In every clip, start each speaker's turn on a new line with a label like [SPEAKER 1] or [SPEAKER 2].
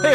[SPEAKER 1] Hey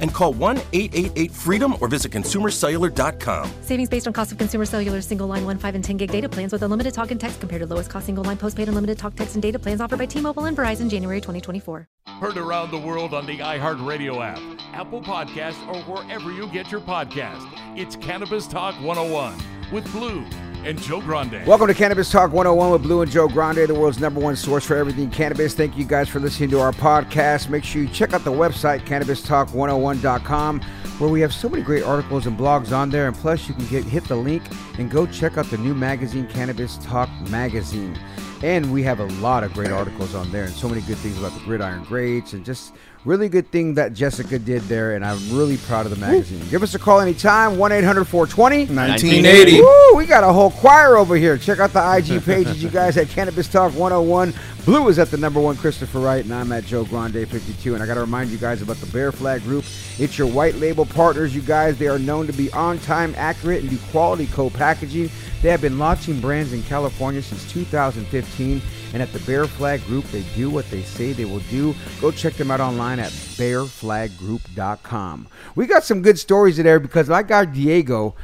[SPEAKER 1] and call 1 888 freedom or visit consumercellular.com.
[SPEAKER 2] Savings based on cost of consumer cellular single line 1, 5, and 10 gig data plans with unlimited talk and text compared to lowest cost single line postpaid unlimited talk, text, and data plans offered by T Mobile and Verizon January 2024.
[SPEAKER 3] Heard around the world on the iHeartRadio app, Apple Podcasts, or wherever you get your podcast. It's Cannabis Talk 101 with Blue and Joe Grande.
[SPEAKER 4] Welcome to Cannabis Talk 101 with Blue and Joe Grande, the world's number one source for everything cannabis. Thank you guys for listening to our podcast. Make sure you check out the website, cannabistalk101.com, where we have so many great articles and blogs on there. And plus, you can get hit the link and go check out the new magazine, Cannabis Talk Magazine. And we have a lot of great articles on there and so many good things about the gridiron grades and just really good thing that Jessica did there. And I'm really proud of the magazine. Give us a call anytime, 1 800 420
[SPEAKER 5] 1980.
[SPEAKER 4] Woo, we got a whole choir over here. Check out the IG pages, you guys, at Cannabis Talk 101. Blue is at the number one, Christopher Wright, and I'm at Joe Grande 52. And I got to remind you guys about the Bear Flag Group. It's your white label partners, you guys. They are known to be on time, accurate, and do quality co packaging. They have been launching brands in California since 2015. And at the Bear Flag Group, they do what they say they will do. Go check them out online at bearflaggroup.com. We got some good stories there because I got Diego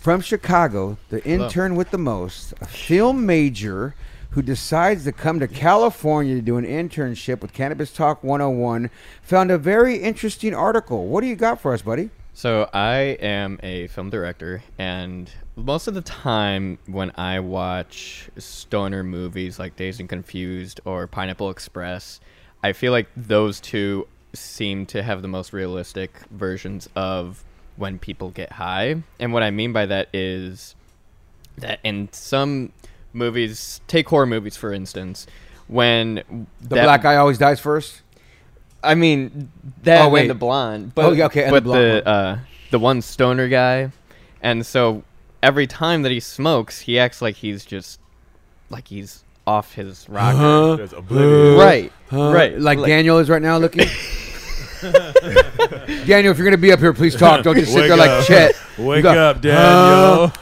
[SPEAKER 4] from Chicago, the intern with the most, a film major who decides to come to California to do an internship with Cannabis Talk 101, found a very interesting article. What do you got for us, buddy?
[SPEAKER 6] So I am a film director, and most of the time when I watch stoner movies like Days and Confused or Pineapple Express, I feel like those two seem to have the most realistic versions of when people get high. And what I mean by that is that in some movies, take horror movies for instance, when
[SPEAKER 4] The black guy always dies first.
[SPEAKER 6] I mean, that
[SPEAKER 4] Oh,
[SPEAKER 6] and
[SPEAKER 4] wait.
[SPEAKER 6] the blonde. But,
[SPEAKER 4] Oh, yeah, okay, and the
[SPEAKER 6] but
[SPEAKER 4] blonde
[SPEAKER 6] the uh, the one stoner guy, and so every time that he smokes, he acts like he's just like he's off his rocker. right, right.
[SPEAKER 4] Like, Daniel is right now looking. Daniel, if you're going to be up here, please talk. Don't just sit
[SPEAKER 7] Wake
[SPEAKER 4] there like
[SPEAKER 7] up.
[SPEAKER 4] Chet.
[SPEAKER 7] Wake
[SPEAKER 4] You go,
[SPEAKER 7] up,
[SPEAKER 4] "Huh?"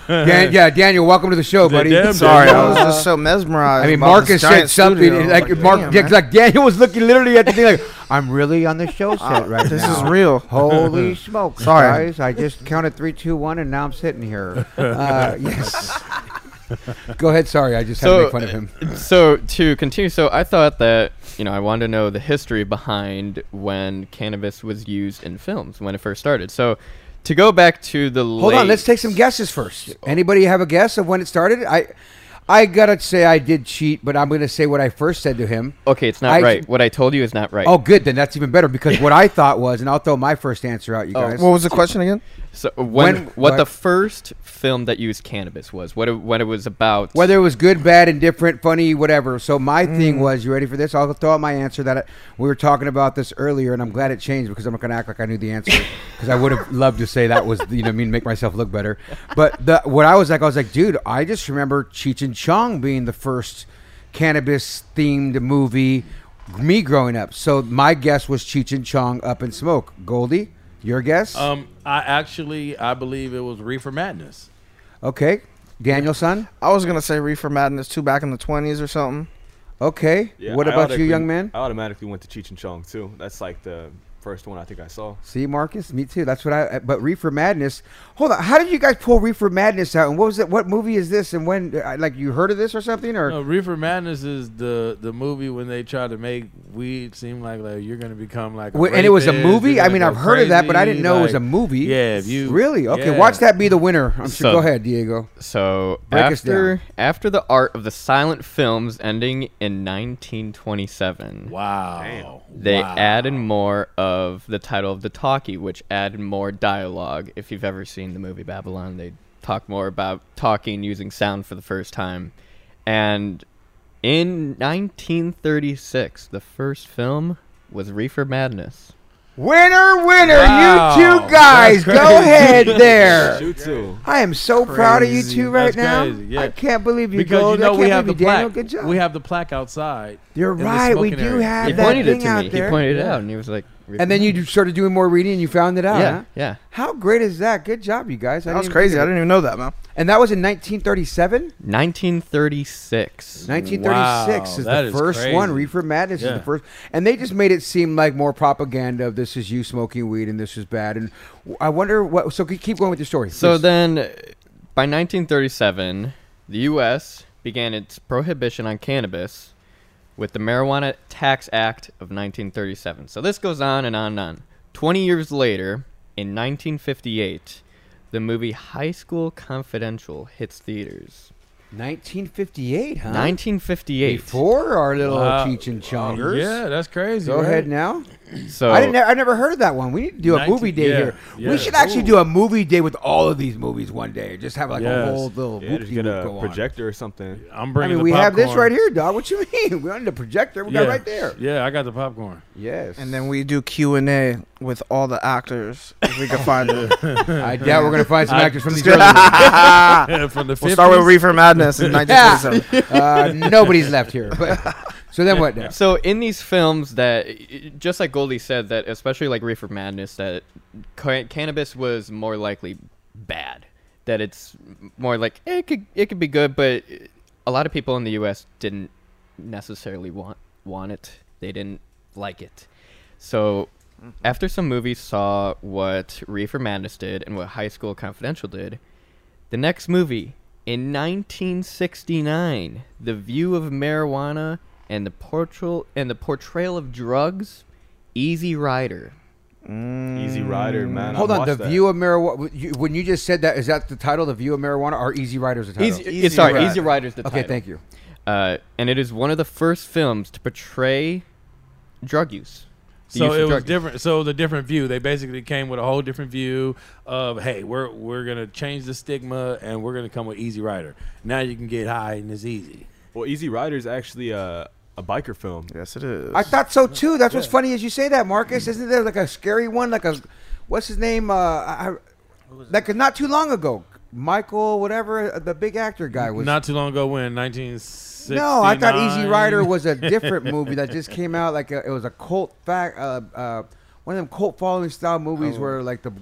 [SPEAKER 7] Daniel.
[SPEAKER 4] Dan- yeah, Daniel, welcome to the show, buddy.
[SPEAKER 7] damn
[SPEAKER 5] Oh, Sorry,
[SPEAKER 7] Daniel.
[SPEAKER 5] I was just so mesmerized.
[SPEAKER 4] I mean,
[SPEAKER 5] about
[SPEAKER 4] Marcus
[SPEAKER 5] this
[SPEAKER 4] said
[SPEAKER 5] giant
[SPEAKER 4] something
[SPEAKER 5] studio.
[SPEAKER 4] like Mark,
[SPEAKER 5] damn, man.
[SPEAKER 4] like Daniel was looking literally at the thing, like I'm really on the show set right
[SPEAKER 5] Uh, this
[SPEAKER 4] now.
[SPEAKER 5] is real.
[SPEAKER 4] Holy smokes,
[SPEAKER 5] Sorry.
[SPEAKER 4] guys! I just counted three, two, one, and now I'm sitting here. Uh, yes. Go ahead. Sorry, I just had to
[SPEAKER 6] So- uh,
[SPEAKER 4] make fun of him.
[SPEAKER 6] so to continue, so I thought that you know I wanted to know the history behind when cannabis was used in films when it first started. So to go back to the
[SPEAKER 4] Hold on, let's take some guesses first. Anybody have a guess of when it started? I, I gotta say I did cheat, but I'm gonna say what I first said to him.
[SPEAKER 6] Okay, it's not
[SPEAKER 4] I-
[SPEAKER 6] right. What I told you is not right.
[SPEAKER 4] Oh, good. Then that's even better because what I thought was, and I'll throw my first answer out, you guys.
[SPEAKER 5] Oh, What was the question again?
[SPEAKER 6] Oh. So when,
[SPEAKER 4] When-
[SPEAKER 6] what,
[SPEAKER 4] what-
[SPEAKER 6] the first film that used cannabis was, what it, what it was about,
[SPEAKER 4] whether it was good, bad, indifferent, funny, whatever. So my thing was, you ready for this? I'll throw out my answer that I, we were talking about this earlier, and I'm glad it changed because I'm not going to act like I knew the answer because I would have loved to say that was, you know, what I mean, make myself look better. But the, what I was like, I was like, dude, I just remember Cheech and Chong being the first cannabis themed movie me growing up. So my guess was Cheech and Chong up in smoke. Goldie, your guess?
[SPEAKER 7] Um, I actually, I believe it was Reefer Madness.
[SPEAKER 4] okay, Daniel son.
[SPEAKER 5] I was gonna say Reefer Madness too, back in the twenties or something.
[SPEAKER 4] Okay.
[SPEAKER 8] Yeah,
[SPEAKER 4] what
[SPEAKER 8] I
[SPEAKER 4] about you,
[SPEAKER 8] automatically-
[SPEAKER 4] young man?
[SPEAKER 8] I automatically went to Cheech and Chong too. That's like the first one I think I saw.
[SPEAKER 4] See, Marcus, me too. That's what I. But Reefer Madness. Hold on. How did you guys pull Reefer Madness out? And what was it? What movie is this? And when? uh, Like you heard of this or something? Or
[SPEAKER 7] No, Reefer Madness is the the movie when they try to make weed seem like like you're gonna become like. A
[SPEAKER 4] Wait, and it was a
[SPEAKER 7] rapist,
[SPEAKER 4] movie? I
[SPEAKER 7] you're gonna
[SPEAKER 4] mean,
[SPEAKER 7] go
[SPEAKER 4] I've heard of that, but I didn't
[SPEAKER 7] crazy,
[SPEAKER 4] know it was a
[SPEAKER 7] like-
[SPEAKER 4] movie.
[SPEAKER 7] Yeah, if you
[SPEAKER 4] really? Okay.
[SPEAKER 7] yeah.
[SPEAKER 4] Watch that be the winner. I'm sure.
[SPEAKER 6] So-
[SPEAKER 4] Go ahead, Diego.
[SPEAKER 6] So
[SPEAKER 4] Break us
[SPEAKER 6] after
[SPEAKER 4] down.
[SPEAKER 6] after the art of the silent films ending in 1927,
[SPEAKER 7] Wow.
[SPEAKER 6] they
[SPEAKER 7] Wow.
[SPEAKER 6] added more of the title of the talkie, which added more dialogue. If you've ever seen the movie Babylon, they talk more about talking using sound for the first time. And in 1936, the first film was Reefer Madness.
[SPEAKER 4] Winner, winner!
[SPEAKER 7] Wow,
[SPEAKER 4] You two guys, go
[SPEAKER 7] that's crazy.
[SPEAKER 4] ahead there.
[SPEAKER 8] Shoot too.
[SPEAKER 4] I am so proud of you
[SPEAKER 7] Crazy.
[SPEAKER 4] two right
[SPEAKER 7] That's
[SPEAKER 4] now.
[SPEAKER 7] crazy, yeah.
[SPEAKER 4] I can't believe you
[SPEAKER 7] because you
[SPEAKER 4] gold. I
[SPEAKER 7] know
[SPEAKER 4] can't
[SPEAKER 7] we have the
[SPEAKER 4] believe you, Daniel.
[SPEAKER 7] plaque.
[SPEAKER 4] Good job.
[SPEAKER 7] We have the plaque outside.
[SPEAKER 4] You're
[SPEAKER 7] in the
[SPEAKER 4] right. We
[SPEAKER 7] smoking
[SPEAKER 4] do
[SPEAKER 7] area.
[SPEAKER 4] have
[SPEAKER 6] He
[SPEAKER 4] that
[SPEAKER 6] pointed it
[SPEAKER 4] thing
[SPEAKER 6] to
[SPEAKER 4] out
[SPEAKER 6] me.
[SPEAKER 4] there.
[SPEAKER 6] He pointed it out, and he was like, "Reefer
[SPEAKER 4] and then you started doing more reading, and you found it out.
[SPEAKER 6] Yeah,
[SPEAKER 4] huh?
[SPEAKER 6] yeah.
[SPEAKER 4] How great is that? Good job, you guys. I
[SPEAKER 5] That was
[SPEAKER 4] didn't even
[SPEAKER 5] crazy.
[SPEAKER 4] think
[SPEAKER 5] I
[SPEAKER 4] of it.
[SPEAKER 5] didn't even know that, man.
[SPEAKER 4] And that was in 1937.
[SPEAKER 6] 1936.
[SPEAKER 4] 1936 is
[SPEAKER 7] that
[SPEAKER 4] the
[SPEAKER 7] is
[SPEAKER 4] first
[SPEAKER 7] crazy.
[SPEAKER 4] one. Reefer Madness is
[SPEAKER 7] Yeah.
[SPEAKER 4] the first, and they just made it seem like more propaganda of this is you smoking weed and this is bad. And w- I wonder what. So keep going with your story.
[SPEAKER 6] So
[SPEAKER 4] please.
[SPEAKER 6] then, uh, by 1937, the U.S. began its prohibition on cannabis with the Marijuana Tax Act of 1937. So this goes on and on and on. 20 years later, in 1958, the movie High School Confidential hits theaters.
[SPEAKER 4] 1958, huh?
[SPEAKER 6] 1958.
[SPEAKER 4] Before our little
[SPEAKER 7] Wow.
[SPEAKER 4] Cheech and Chongers.
[SPEAKER 7] Yeah, that's crazy.
[SPEAKER 4] Go
[SPEAKER 7] right?
[SPEAKER 4] ahead now.
[SPEAKER 6] So
[SPEAKER 4] I didn't. I never heard of that one. We need to do a
[SPEAKER 7] 19
[SPEAKER 4] movie day
[SPEAKER 7] yeah,
[SPEAKER 4] here.
[SPEAKER 7] yeah.
[SPEAKER 4] We should actually do a movie day with all of these movies one day. Just have like a
[SPEAKER 7] Yes.
[SPEAKER 4] whole little
[SPEAKER 8] Yeah, just
[SPEAKER 4] whoopty
[SPEAKER 8] get
[SPEAKER 4] whoop
[SPEAKER 8] a
[SPEAKER 4] go on.
[SPEAKER 8] projector or something.
[SPEAKER 7] I'm
[SPEAKER 4] I
[SPEAKER 7] bringing.
[SPEAKER 4] mean,
[SPEAKER 7] the
[SPEAKER 4] we have this
[SPEAKER 7] popcorn.
[SPEAKER 4] right here, dog. What you mean? We on the projector. We got right there.
[SPEAKER 7] Yeah, I got the popcorn.
[SPEAKER 4] Yes.
[SPEAKER 5] And then we do Q and A with all the actors if we can find it.
[SPEAKER 4] I doubt we're gonna find some actors from these other movies.
[SPEAKER 5] we'll
[SPEAKER 7] From the 50s.
[SPEAKER 5] start with Reefer Madness in 1937.
[SPEAKER 4] uh, nobody's left here. But so then what? Now?
[SPEAKER 6] So in these films that, just like Goldie said, that especially like Reefer Madness, that ca- cannabis was more likely bad. That it's more like eh, it could it could be good, but a lot of people in the U.S. didn't necessarily want want it. They didn't like it. So after some movies saw what Reefer Madness did and what High School Confidential did, the next movie in 1969, The View of Marijuana and the Portrayal and the Portrayal of Drugs, Easy Rider.
[SPEAKER 8] Mm. Easy Rider, man. I
[SPEAKER 4] Mm. Hold on.
[SPEAKER 8] watched
[SPEAKER 4] The
[SPEAKER 8] that.
[SPEAKER 4] view of marijuana. You, when you just said that, is that the title? The view of marijuana or Easy Rider's the title?
[SPEAKER 6] Easy,
[SPEAKER 5] Easy
[SPEAKER 6] sorry,
[SPEAKER 5] Rider.
[SPEAKER 6] Easy Rider's the
[SPEAKER 4] okay,
[SPEAKER 6] title.
[SPEAKER 4] thank you.
[SPEAKER 6] Uh, and it is one of the first films to portray drug use. the
[SPEAKER 7] So
[SPEAKER 6] use of
[SPEAKER 7] it was
[SPEAKER 6] drug use.
[SPEAKER 7] different. So the different view. They basically came with a whole different view of, hey, we're we're gonna change the stigma and we're gonna come with Easy Rider. Now you can get high and it's easy.
[SPEAKER 8] Well, Easy Rider is actually a, a biker film.
[SPEAKER 5] yes, it is.
[SPEAKER 4] I thought so too. That's what's funny as you say that, Marcus. Isn't there like a scary one? Like a what's his name? Uh, I, I- like not too long ago, Michael, whatever uh, the big actor guy was.
[SPEAKER 7] Not too long ago, when 1969.
[SPEAKER 4] no, I thought Easy Rider was a different movie that just came out. Like a, it was a cult fact, uh, uh, one of them cult following style movies
[SPEAKER 7] Oh.
[SPEAKER 4] where like the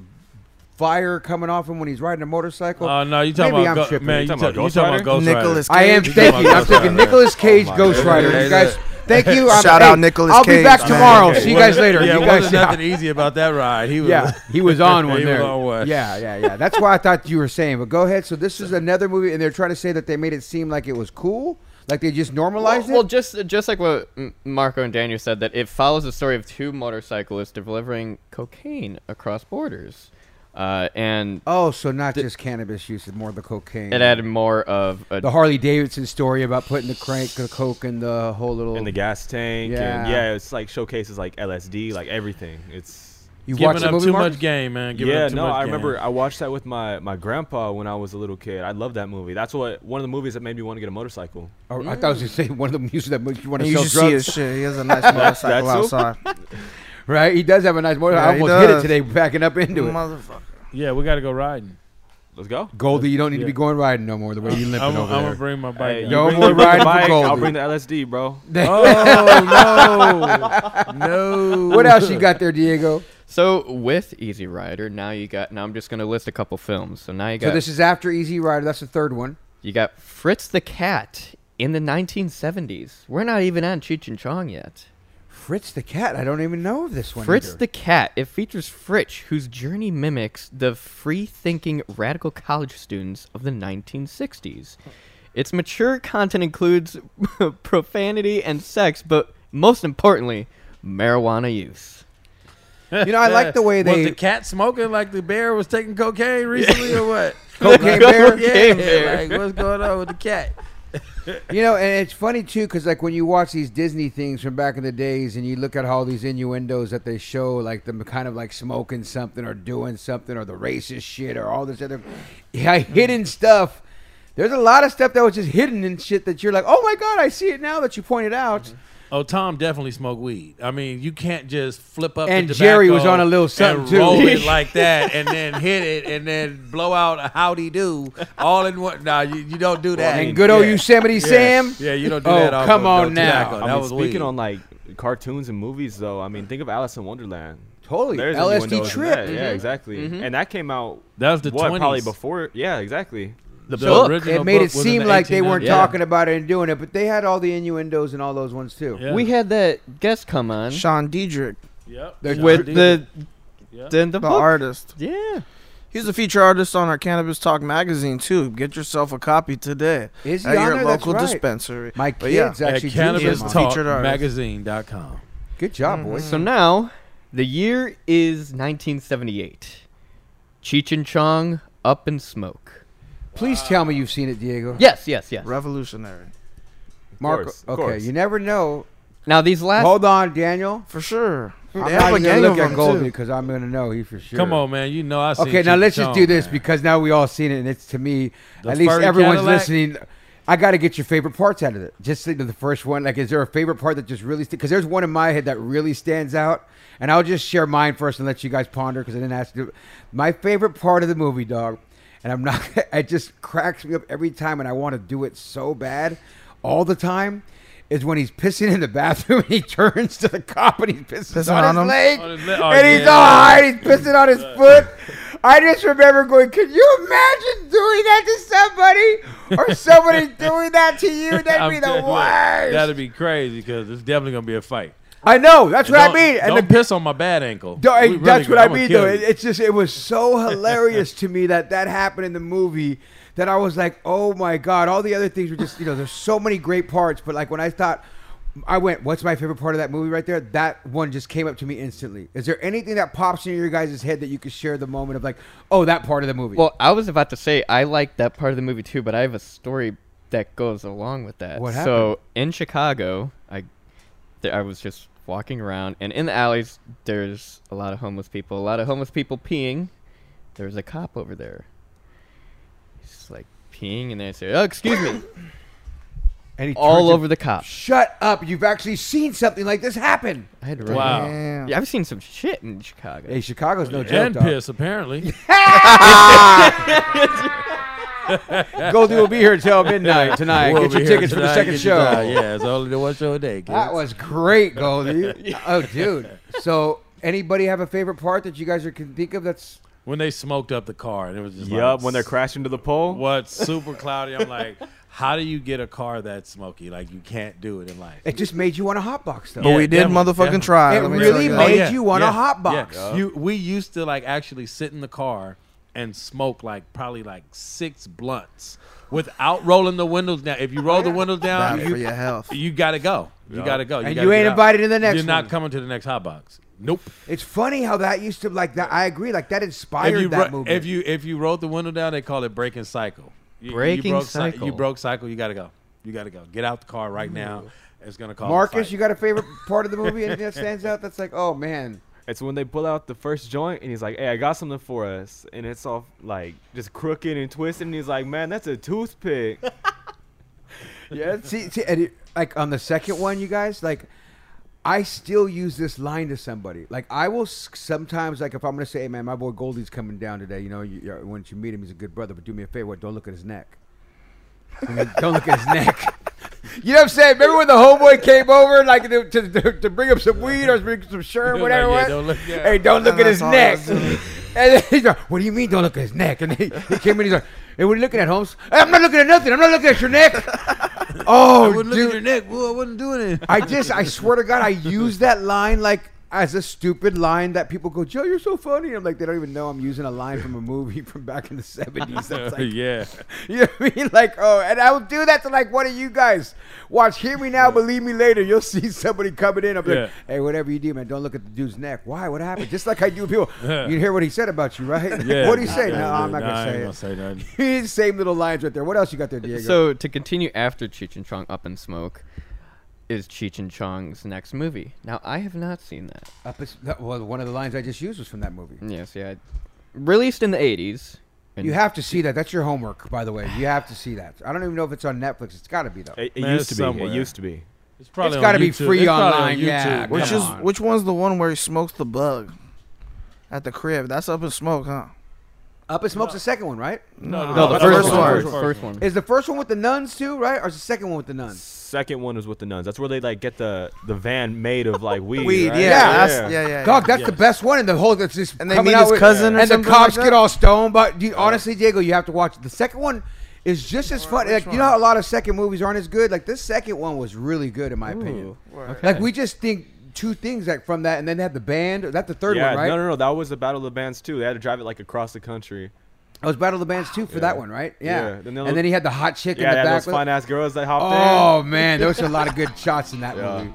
[SPEAKER 4] fire coming off him when he's riding a motorcycle.
[SPEAKER 7] Oh no, you talking
[SPEAKER 4] Maybe I'm
[SPEAKER 7] about Go-
[SPEAKER 4] tripping.
[SPEAKER 7] man? You
[SPEAKER 8] You
[SPEAKER 7] talking,
[SPEAKER 8] talking about
[SPEAKER 7] you talking about Ghost Rider? Oh
[SPEAKER 5] Nicholas
[SPEAKER 4] I am.
[SPEAKER 5] Cage.
[SPEAKER 4] Thank you. I'm
[SPEAKER 7] Ghost Rider.
[SPEAKER 4] thinking Nicolas Cage,
[SPEAKER 8] my
[SPEAKER 4] Ghost
[SPEAKER 8] God.
[SPEAKER 4] Rider. You guys, thank you. I'm-
[SPEAKER 5] Shout
[SPEAKER 4] hey,
[SPEAKER 5] out Nicolas
[SPEAKER 4] I'll be
[SPEAKER 5] Cage,
[SPEAKER 4] back
[SPEAKER 5] man.
[SPEAKER 4] tomorrow.
[SPEAKER 5] Okay.
[SPEAKER 4] See you guys later.
[SPEAKER 7] Yeah,
[SPEAKER 4] you guys,
[SPEAKER 7] wasn't nothing easy about that ride. He was.
[SPEAKER 4] yeah, he was on one
[SPEAKER 7] He was
[SPEAKER 4] there.
[SPEAKER 7] on one.
[SPEAKER 4] Yeah, yeah, yeah. That's why I thought you were saying. But go ahead. So this is another movie, and they're trying to say that they made it seem like it was cool, like they just normalized
[SPEAKER 6] Well, well,
[SPEAKER 4] it.
[SPEAKER 6] just just like what M- Marco and Daniel said, that it follows the story of two motorcyclists delivering cocaine across borders, uh, and
[SPEAKER 4] oh, so not just cannabis use, it's more the cocaine.
[SPEAKER 6] it added more of a
[SPEAKER 4] the Harley Davidson story about putting the crank, the coke, and the whole little.
[SPEAKER 8] And the gas tank.
[SPEAKER 4] Yeah.
[SPEAKER 8] And yeah, it's like showcases like LSD, like everything. It's.
[SPEAKER 4] you watch
[SPEAKER 7] Giving
[SPEAKER 4] the
[SPEAKER 7] up
[SPEAKER 4] movie,
[SPEAKER 7] too
[SPEAKER 4] Marcus?
[SPEAKER 7] much game, man. Giving
[SPEAKER 8] yeah,
[SPEAKER 7] up too
[SPEAKER 8] no,
[SPEAKER 7] much
[SPEAKER 8] I
[SPEAKER 7] game.
[SPEAKER 8] remember I watched that with my, my grandpa when I was a little kid. I loved that movie. That's what one of the movies that made me want to get a motorcycle. Mm.
[SPEAKER 4] Or- Oh, I thought I was going to say one of the music that makes you want
[SPEAKER 5] And
[SPEAKER 4] to
[SPEAKER 5] you
[SPEAKER 4] sell
[SPEAKER 5] should see his
[SPEAKER 4] drugs,
[SPEAKER 5] shit. He has a nice motorcycle
[SPEAKER 8] that's so-
[SPEAKER 5] outside.
[SPEAKER 4] right? He does have a nice motor.
[SPEAKER 5] Yeah,
[SPEAKER 4] I
[SPEAKER 5] he
[SPEAKER 4] almost hit it
[SPEAKER 5] does.
[SPEAKER 4] today, backing up into it.
[SPEAKER 5] Motherfucker.
[SPEAKER 7] Yeah, we got to go riding.
[SPEAKER 8] Let's go.
[SPEAKER 4] Goldie, you don't need to
[SPEAKER 7] Yeah.
[SPEAKER 4] be going riding no more. The way you limping
[SPEAKER 7] I'm,
[SPEAKER 4] over
[SPEAKER 7] I'm
[SPEAKER 4] there.
[SPEAKER 7] gonna bring my bike.
[SPEAKER 8] Hey,
[SPEAKER 7] out.
[SPEAKER 8] you
[SPEAKER 4] No
[SPEAKER 8] bring-
[SPEAKER 4] more
[SPEAKER 8] you bring the
[SPEAKER 4] riding for
[SPEAKER 8] bike, I'll
[SPEAKER 4] Goldie.
[SPEAKER 8] bring the LSD, bro.
[SPEAKER 7] Oh no, no.
[SPEAKER 4] what else you got there, Diego?
[SPEAKER 6] So with Easy Rider, now you got. Now I'm just gonna list a couple films. So now you got.
[SPEAKER 4] So this is after Easy Rider. That's the third one.
[SPEAKER 6] you got Fritz the Cat in the 1970s. We're not even on Cheech and Chong yet.
[SPEAKER 4] Fritz the Cat. I don't even know of this one.
[SPEAKER 6] Fritz
[SPEAKER 4] either.
[SPEAKER 6] the Cat. It features Fritz, whose journey mimics the free thinking radical college students of the 1960s. Its mature content includes profanity and sex, but most importantly, marijuana use.
[SPEAKER 4] You know, I like the way
[SPEAKER 7] was
[SPEAKER 4] they
[SPEAKER 7] the cat smoking like the bear was taking cocaine recently or what?
[SPEAKER 4] Cocaine bear?
[SPEAKER 7] Yeah,
[SPEAKER 6] Cocaine bear.
[SPEAKER 7] like what's going on with the cat?
[SPEAKER 4] You know, and it's funny too, because like when you watch these Disney things from back in the days, and you look at all these innuendos that they show, like them kind of like smoking something or doing something or the racist shit or all this other, yeah, hidden stuff. There's a lot of stuff that was just hidden and shit that you're like, oh my god, I see it now that you pointed out.
[SPEAKER 7] Oh, Tom definitely smoked weed. I mean, you can't just flip up.
[SPEAKER 4] And
[SPEAKER 7] the
[SPEAKER 4] Jerry was
[SPEAKER 7] tobacco
[SPEAKER 4] on a little
[SPEAKER 7] and
[SPEAKER 4] something, too.
[SPEAKER 7] Roll it like that, and then hit it, and then blow out a howdy do all in one. Nah, you, you don't do that.
[SPEAKER 4] And good old
[SPEAKER 7] Yeah.
[SPEAKER 4] Yosemite
[SPEAKER 7] Yeah.
[SPEAKER 4] Sam.
[SPEAKER 7] Yeah, you don't do
[SPEAKER 4] Oh,
[SPEAKER 7] that. off
[SPEAKER 4] come
[SPEAKER 7] of no
[SPEAKER 4] on now.
[SPEAKER 7] tobacco.
[SPEAKER 4] I
[SPEAKER 8] I
[SPEAKER 7] That
[SPEAKER 8] mean,
[SPEAKER 7] was weed.
[SPEAKER 8] speaking on like cartoons and movies, though. I mean, think of Alice in Wonderland.
[SPEAKER 4] Totally.
[SPEAKER 8] innuendos
[SPEAKER 4] LSD
[SPEAKER 8] in
[SPEAKER 4] trip. Mm-hmm.
[SPEAKER 8] that. Yeah, exactly. And that came out.
[SPEAKER 7] That was the
[SPEAKER 8] what, probably
[SPEAKER 7] 20s.
[SPEAKER 8] before. Yeah, exactly.
[SPEAKER 7] the,
[SPEAKER 6] book.
[SPEAKER 7] original
[SPEAKER 4] It made
[SPEAKER 7] book
[SPEAKER 4] it
[SPEAKER 7] was in
[SPEAKER 4] seem
[SPEAKER 7] the
[SPEAKER 4] like they weren't
[SPEAKER 7] 1890s.
[SPEAKER 4] talking about it and doing it, but they had all the innuendos and all those ones too.
[SPEAKER 7] Yeah.
[SPEAKER 6] We had that guest come on
[SPEAKER 5] Sean Diedrich,
[SPEAKER 7] Yep.
[SPEAKER 6] with the,
[SPEAKER 7] Yeah.
[SPEAKER 6] the, the
[SPEAKER 5] the
[SPEAKER 6] book.
[SPEAKER 5] artist.
[SPEAKER 6] Yeah.
[SPEAKER 5] He's a feature artist on our Cannabis Talk magazine too. Get yourself a copy today
[SPEAKER 4] Is he
[SPEAKER 5] at
[SPEAKER 4] on
[SPEAKER 5] your
[SPEAKER 4] there? That's
[SPEAKER 5] local
[SPEAKER 4] right.
[SPEAKER 5] dispensary.
[SPEAKER 4] My
[SPEAKER 5] But yeah.
[SPEAKER 4] kids
[SPEAKER 7] at
[SPEAKER 4] actually drew
[SPEAKER 5] Cannabis
[SPEAKER 4] them.
[SPEAKER 5] Talk. Featured artist.
[SPEAKER 7] cannabistalkmagazine.com.
[SPEAKER 4] Good job, boys.
[SPEAKER 6] So now, the year is 1978. Cheech and Chong up in smoke.
[SPEAKER 4] Please tell me you've seen it, Diego.
[SPEAKER 6] Yes, yes, yes.
[SPEAKER 5] Revolutionary.
[SPEAKER 4] Marco.
[SPEAKER 8] course, of
[SPEAKER 4] okay,
[SPEAKER 8] course.
[SPEAKER 4] you never know.
[SPEAKER 6] Now these last
[SPEAKER 4] Hold on, Daniel.
[SPEAKER 5] For sure.
[SPEAKER 4] I'm
[SPEAKER 5] They
[SPEAKER 4] not
[SPEAKER 5] have a
[SPEAKER 4] even gonna
[SPEAKER 5] gang
[SPEAKER 4] look
[SPEAKER 5] of
[SPEAKER 4] at
[SPEAKER 5] them,
[SPEAKER 4] Goldie
[SPEAKER 5] too.
[SPEAKER 4] because I'm gonna know he for sure.
[SPEAKER 7] Come on, man. You know I seen
[SPEAKER 4] Okay, now
[SPEAKER 7] Cheech
[SPEAKER 4] let's
[SPEAKER 7] and
[SPEAKER 4] just do
[SPEAKER 7] Chong,
[SPEAKER 4] this
[SPEAKER 7] man.
[SPEAKER 4] because now we all seen it, and it's to me
[SPEAKER 7] The
[SPEAKER 4] at least
[SPEAKER 7] furry
[SPEAKER 4] everyone's
[SPEAKER 7] Cadillac?
[SPEAKER 4] listening. I got to get your favorite parts out of it. Just think of the first one. Like, is there a favorite part that just really? Because there's one in my head that really stands out, and I'll just share mine first and let you guys ponder because I didn't ask you. My favorite part of the movie, dog, and I'm not. It just cracks me up every time, and I want to do it so bad, all the time. Is when he's pissing in the bathroom and he turns to the cop and he's pissing,
[SPEAKER 5] Pissing
[SPEAKER 4] on,
[SPEAKER 5] on
[SPEAKER 4] his
[SPEAKER 5] him?
[SPEAKER 4] leg
[SPEAKER 7] On his leg. Oh,
[SPEAKER 4] and he's
[SPEAKER 7] yeah.
[SPEAKER 4] all high and he's pissing on his foot. I just remember going, Can you imagine doing that to somebody? Or somebody doing that to you? That'd
[SPEAKER 7] I'm
[SPEAKER 4] be the
[SPEAKER 7] telling you,
[SPEAKER 4] worst.
[SPEAKER 7] That'd be crazy because it's definitely gonna be a fight.
[SPEAKER 4] I know. That's what I
[SPEAKER 7] Don't-
[SPEAKER 4] mean. And
[SPEAKER 7] don't
[SPEAKER 4] the,
[SPEAKER 7] piss on my bad ankle.
[SPEAKER 4] don't-
[SPEAKER 7] We really
[SPEAKER 4] that's
[SPEAKER 7] good.
[SPEAKER 4] what I
[SPEAKER 7] I'ma
[SPEAKER 4] mean,
[SPEAKER 7] kill
[SPEAKER 4] though.
[SPEAKER 7] you.
[SPEAKER 4] It- It's just, it was so hilarious to me that that happened in the movie that I was like, Oh my God. All the other things were just, you know, there's so many great parts. But like when I thought, I went, What's my favorite part of that movie right there? That one just came up to me instantly. Is there anything that pops into your guys' head that you could share the moment of like, Oh, that part of the movie?
[SPEAKER 6] Well, I was about to say I like that part of the movie too, but I have a story that goes along with that.
[SPEAKER 4] What
[SPEAKER 6] So in Chicago, I th- I was just walking around, and in the alleys there's a lot of homeless people, a lot of homeless people peeing. There's a cop over there. He's like peeing, and they say, "Oh, excuse me,"
[SPEAKER 4] and he turns
[SPEAKER 6] all
[SPEAKER 4] it-
[SPEAKER 6] over the cop.
[SPEAKER 4] Shut up! You've actually seen something like this happen.
[SPEAKER 6] I had to run.
[SPEAKER 7] Wow.
[SPEAKER 5] Damn.
[SPEAKER 6] Yeah, I've seen some shit in Chicago.
[SPEAKER 4] Hey, Chicago's no joke.
[SPEAKER 7] And
[SPEAKER 4] dog.
[SPEAKER 7] piss apparently.
[SPEAKER 4] Goldie will be here till midnight tonight.
[SPEAKER 7] We'll
[SPEAKER 4] Get your
[SPEAKER 7] be here
[SPEAKER 4] tickets for the
[SPEAKER 7] tonight,
[SPEAKER 4] second
[SPEAKER 7] get your
[SPEAKER 4] show.
[SPEAKER 7] time. Yeah, it's only the one show a day. Kids.
[SPEAKER 4] That was great, Goldie. oh, dude. So, anybody have a favorite part that you guys are can think of? That's
[SPEAKER 7] when they smoked up the car and it was just
[SPEAKER 8] Yup.
[SPEAKER 7] like,
[SPEAKER 8] When they're crashing to the pole.
[SPEAKER 7] What super cloudy? I'm like, how do you get a car that smoky? Like you can't do it in life.
[SPEAKER 4] it. Just made you want a hot box, though.
[SPEAKER 5] But
[SPEAKER 7] Yeah,
[SPEAKER 5] we did
[SPEAKER 7] definitely,
[SPEAKER 5] motherfucking
[SPEAKER 7] definitely. Oh,
[SPEAKER 5] try.
[SPEAKER 4] It
[SPEAKER 5] let me
[SPEAKER 4] really
[SPEAKER 5] tell you that.
[SPEAKER 4] made- you want a hot box.
[SPEAKER 7] yeah. You, we used to like actually sit in the car and smoke like probably like six blunts without rolling the windows down. If you roll the windows down,
[SPEAKER 5] Bad
[SPEAKER 7] you,
[SPEAKER 5] for your health.
[SPEAKER 7] you gotta go. You gotta go.
[SPEAKER 4] And
[SPEAKER 7] gotta
[SPEAKER 4] you
[SPEAKER 7] get
[SPEAKER 4] ain't
[SPEAKER 7] out.
[SPEAKER 4] invited to the next
[SPEAKER 7] You're
[SPEAKER 4] one.
[SPEAKER 7] not coming to the next hot box. Nope.
[SPEAKER 4] It's funny how that used to like that. I agree. Like that inspired
[SPEAKER 7] if you
[SPEAKER 4] that
[SPEAKER 7] ro-
[SPEAKER 4] movie.
[SPEAKER 7] if you if you rolled the window down, they call it breaking cycle. You,
[SPEAKER 6] Breaking
[SPEAKER 7] you broke cy-
[SPEAKER 6] cycle.
[SPEAKER 7] you broke cycle. You gotta go. You gotta go. Get out the car right now. It's gonna call
[SPEAKER 4] Marcus, you got a favorite part of the movie? Anything that stands out? That's like, oh man.
[SPEAKER 8] It's when they pull out the first joint and he's like, "Hey, I got something for us," and it's all like just crooked and twisted. And he's like, "Man, that's a toothpick."
[SPEAKER 4] Yeah. See, see and it, like on the second one, you guys, like, I still use this line to somebody. Like, I will s- sometimes, like, if I'm going to say, hey, man, my boy Goldie's coming down today, you know, you, you, once you meet him, he's a good brother, but do me a favor, don't look at his neck. I mean, don't look at his neck. You know what I'm saying? Remember when the homeboy came over, like to, to, to, to bring up some weed or bring some sherm,
[SPEAKER 7] Like,
[SPEAKER 4] whatever. it
[SPEAKER 7] yeah,
[SPEAKER 4] was?
[SPEAKER 7] don't look- yeah.
[SPEAKER 4] Hey, don't look
[SPEAKER 5] And
[SPEAKER 4] at his neck.
[SPEAKER 5] that's all I
[SPEAKER 4] And then he's like, "What do you mean? Don't look at his neck?" And he, he came in. He's like, "Hey, what are you looking at, Holmes?" "Hey, I'm not looking at nothing. I'm not looking at your neck."
[SPEAKER 7] I
[SPEAKER 4] Oh,
[SPEAKER 7] wouldn't look at your
[SPEAKER 4] dude.
[SPEAKER 7] neck. Woo, I wasn't doing it.
[SPEAKER 4] I just, I swear to God, I use that line like as a stupid line that people go, Joe, you're so funny. I'm like, they don't even know I'm using a line from a movie from back in the 70s. That's like,
[SPEAKER 7] yeah.
[SPEAKER 4] You know what I mean? Like, oh, and I would do that to like one of you guys. Watch, hear me now, believe me later. You'll see somebody coming in. I'm
[SPEAKER 7] Yeah.
[SPEAKER 4] like, hey, whatever you do, man, don't look at the dude's neck. Why? What happened? Just like I do with people. You hear what he said about you, right?
[SPEAKER 7] Yeah.
[SPEAKER 4] What do you say?
[SPEAKER 7] Yeah,
[SPEAKER 4] no, I'm not
[SPEAKER 7] nah, I ain't
[SPEAKER 4] gonna
[SPEAKER 7] gonna
[SPEAKER 4] say
[SPEAKER 7] say nothing.
[SPEAKER 4] it. Same little lines right there. What else you got there, Diego?
[SPEAKER 6] So to continue after Cheech and Chong Up in Smoke is Cheech and Chong's next movie. Now I have not seen that.
[SPEAKER 4] Up is- that- well, one of the lines I just used was from that movie.
[SPEAKER 6] Yes, yeah. Released in the 80s. and
[SPEAKER 4] You have to see that. That's your homework, by the way. You have to see that. I don't even know if it's on Netflix. It's got to be though.
[SPEAKER 8] It, it
[SPEAKER 7] Man,
[SPEAKER 8] used to
[SPEAKER 7] it's
[SPEAKER 8] be.
[SPEAKER 7] somewhere.
[SPEAKER 8] It used to be.
[SPEAKER 7] It's probably
[SPEAKER 4] It's gotta
[SPEAKER 7] on
[SPEAKER 4] be
[SPEAKER 7] YouTube.
[SPEAKER 4] free
[SPEAKER 7] It's probably
[SPEAKER 4] online,
[SPEAKER 7] On YouTube.
[SPEAKER 4] yeah,
[SPEAKER 7] Come
[SPEAKER 5] Which is
[SPEAKER 7] on.
[SPEAKER 5] which one's the one where he smokes the bug at the crib? That's up in smoke, huh?
[SPEAKER 4] Up and Smoke's the second one, right?
[SPEAKER 7] no,
[SPEAKER 6] No, the first, one.
[SPEAKER 7] First one.
[SPEAKER 6] First one.
[SPEAKER 4] Is the first one with the nuns too, right? Or is the second one with the nuns?
[SPEAKER 8] Second one was with the nuns. That's where they like get the the van made of like weed.
[SPEAKER 5] Weed,
[SPEAKER 8] right?
[SPEAKER 5] yeah, that's- yeah, yeah, yeah.
[SPEAKER 4] Dog, that's the best one in the whole. That's just
[SPEAKER 5] And they
[SPEAKER 4] coming
[SPEAKER 5] meet
[SPEAKER 4] out
[SPEAKER 5] his
[SPEAKER 4] with-
[SPEAKER 5] cousin or
[SPEAKER 4] and the
[SPEAKER 5] something
[SPEAKER 4] cops
[SPEAKER 5] like
[SPEAKER 4] get
[SPEAKER 5] that?
[SPEAKER 4] all stoned. But dude, honestly, Diego, you have to watch it. the second one. Is just as fun. Like, you know, how a lot of second movies aren't as good. Like this second one was really good in my opinion. Like we just think two things like from that, and then they had the band. That's the third
[SPEAKER 8] Yeah,
[SPEAKER 4] one, right?
[SPEAKER 8] no, no, no. That was the Battle of the Bands too. They had to drive it like across the country.
[SPEAKER 4] It was Battle of the Bands too for that one, right? Yeah.
[SPEAKER 8] Yeah, then they'll-
[SPEAKER 4] and then he had the hot chick
[SPEAKER 8] Yeah,
[SPEAKER 4] in the
[SPEAKER 8] they had
[SPEAKER 4] back.
[SPEAKER 8] those
[SPEAKER 4] with-
[SPEAKER 8] fine ass girls that hopped
[SPEAKER 4] Oh man, there was a lot of good shots in that
[SPEAKER 8] Yeah.
[SPEAKER 4] movie.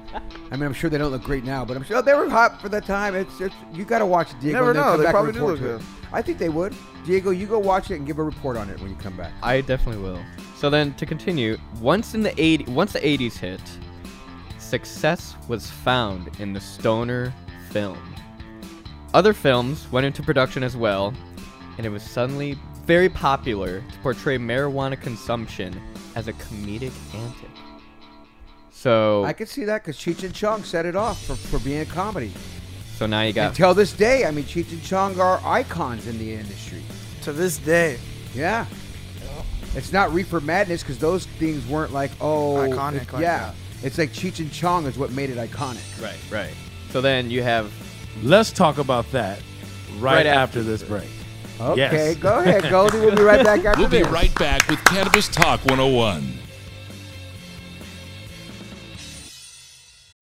[SPEAKER 4] I mean, I'm sure they don't look great now, but I'm sure oh, they were hot for that time. It's, it's you got to watch it, Diego.
[SPEAKER 5] Never
[SPEAKER 4] and then
[SPEAKER 5] know,
[SPEAKER 4] come
[SPEAKER 5] they
[SPEAKER 4] back and
[SPEAKER 5] probably do
[SPEAKER 4] report
[SPEAKER 5] look
[SPEAKER 4] to it. I think they would. Diego, you go watch it and give a report on it when you come back.
[SPEAKER 6] I definitely will. So then to continue, once in the 80 once the 80s hit, success was found in the stoner film. Other films went into production as well, and it was suddenly very popular to portray marijuana consumption as a comedic antic. So
[SPEAKER 8] Oh.
[SPEAKER 4] I could see that because Cheech and Chong set it off for, for being a comedy.
[SPEAKER 6] so now you got
[SPEAKER 4] Until this day, I mean, Cheech and Chong are icons in the industry.
[SPEAKER 5] To this day,
[SPEAKER 4] Yeah. It's not Reefer Madness because those things weren't like oh
[SPEAKER 5] Iconic
[SPEAKER 4] it-
[SPEAKER 5] like
[SPEAKER 4] yeah,
[SPEAKER 5] that.
[SPEAKER 4] it's like Cheech and Chong is what made it iconic.
[SPEAKER 6] right, right. So then you have
[SPEAKER 7] Let's talk about that right,
[SPEAKER 6] Right
[SPEAKER 7] after, this break.
[SPEAKER 4] Okay,
[SPEAKER 7] Yes.
[SPEAKER 4] go ahead, Goldie. We'll be right back after
[SPEAKER 3] We'll be
[SPEAKER 4] this.
[SPEAKER 3] right back with Cannabis Talk 101.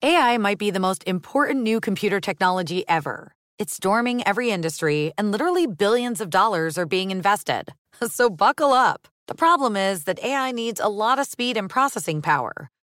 [SPEAKER 9] AI might be the most important new computer technology ever. It's storming every industry, and literally billions of dollars are being invested. So buckle up. The problem is that AI needs a lot of speed and processing power.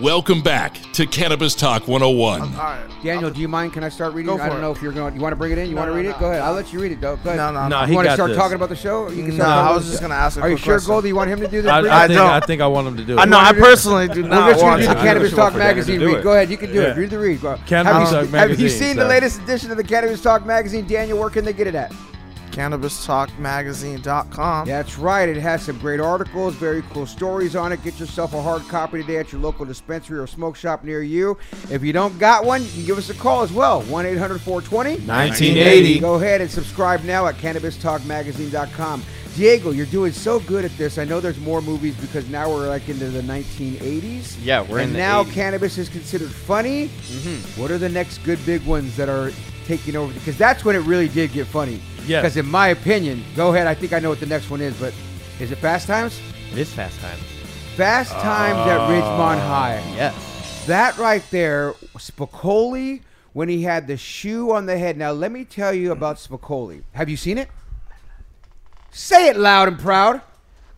[SPEAKER 3] Welcome back to Cannabis Talk 101.
[SPEAKER 5] all right.
[SPEAKER 4] Daniel, do you mind? Can I start reading?
[SPEAKER 5] Go
[SPEAKER 4] I
[SPEAKER 5] for
[SPEAKER 4] don't
[SPEAKER 5] it.
[SPEAKER 4] know if you're going. You want to bring it in? You
[SPEAKER 5] No,
[SPEAKER 4] want to
[SPEAKER 5] no,
[SPEAKER 4] read
[SPEAKER 5] no.
[SPEAKER 4] it? Go ahead. I'll let you read it, though. Go
[SPEAKER 5] No,
[SPEAKER 4] ahead.
[SPEAKER 5] no,
[SPEAKER 7] Nah,
[SPEAKER 5] no.
[SPEAKER 7] he
[SPEAKER 4] You want to
[SPEAKER 7] got
[SPEAKER 4] start
[SPEAKER 7] this.
[SPEAKER 4] talking about the show? You
[SPEAKER 5] No,
[SPEAKER 4] start talking
[SPEAKER 5] I was
[SPEAKER 4] about
[SPEAKER 5] just
[SPEAKER 4] the-
[SPEAKER 5] gonna ask a
[SPEAKER 4] Are you
[SPEAKER 5] quick
[SPEAKER 4] sure,
[SPEAKER 5] question.
[SPEAKER 4] Goldie? You want him to do this?
[SPEAKER 7] I,
[SPEAKER 4] read?
[SPEAKER 7] I,
[SPEAKER 5] I
[SPEAKER 7] think,
[SPEAKER 5] don't.
[SPEAKER 7] I think I want him to do it.
[SPEAKER 5] I know. I
[SPEAKER 4] wanted to-
[SPEAKER 5] personally do
[SPEAKER 4] We're
[SPEAKER 5] not
[SPEAKER 4] just gonna
[SPEAKER 5] want
[SPEAKER 4] do
[SPEAKER 5] to.
[SPEAKER 4] the Cannabis Talk
[SPEAKER 8] for Daniel to
[SPEAKER 4] magazine
[SPEAKER 8] do
[SPEAKER 4] read.
[SPEAKER 8] it.
[SPEAKER 4] Go ahead, you can do it.
[SPEAKER 7] Yeah.
[SPEAKER 4] Read the read. Go.
[SPEAKER 7] Cannabis
[SPEAKER 4] have you,
[SPEAKER 7] Talk
[SPEAKER 4] have you
[SPEAKER 7] magazine,
[SPEAKER 4] seen the
[SPEAKER 7] so-
[SPEAKER 4] latest edition of the Cannabis Talk magazine, Daniel? Where can they get it at?
[SPEAKER 5] CannabisTalkMagazine.com.
[SPEAKER 4] That's right. It has some great articles, very cool stories on it. Get yourself a hard copy today at your local dispensary or smoke shop near you. If you don't got one, you can give us a call as well 1 800 420
[SPEAKER 10] 1980.
[SPEAKER 4] Go ahead and subscribe now at CannabisTalkMagazine.com. Diego, you're doing so good at this. I know there's more movies because now we're like into the 1980s.
[SPEAKER 6] Yeah, we're in
[SPEAKER 4] and
[SPEAKER 6] the
[SPEAKER 4] now
[SPEAKER 6] 80s.
[SPEAKER 4] cannabis is considered funny. Mm-hmm. What are the next good big ones that are taking over? Because that's when it really did get funny.
[SPEAKER 6] Yes.
[SPEAKER 4] Because in my opinion, go ahead. I think I know what the next one is, but is it Fast Times?
[SPEAKER 6] It is Fast Times.
[SPEAKER 4] Fast Times at Ridgemont
[SPEAKER 6] Oh,
[SPEAKER 4] High.
[SPEAKER 6] Yes.
[SPEAKER 4] That right there, Spicoli, when he had the shoe on the head. Now, let me tell you about Spicoli. Have you seen it? Say it loud and proud.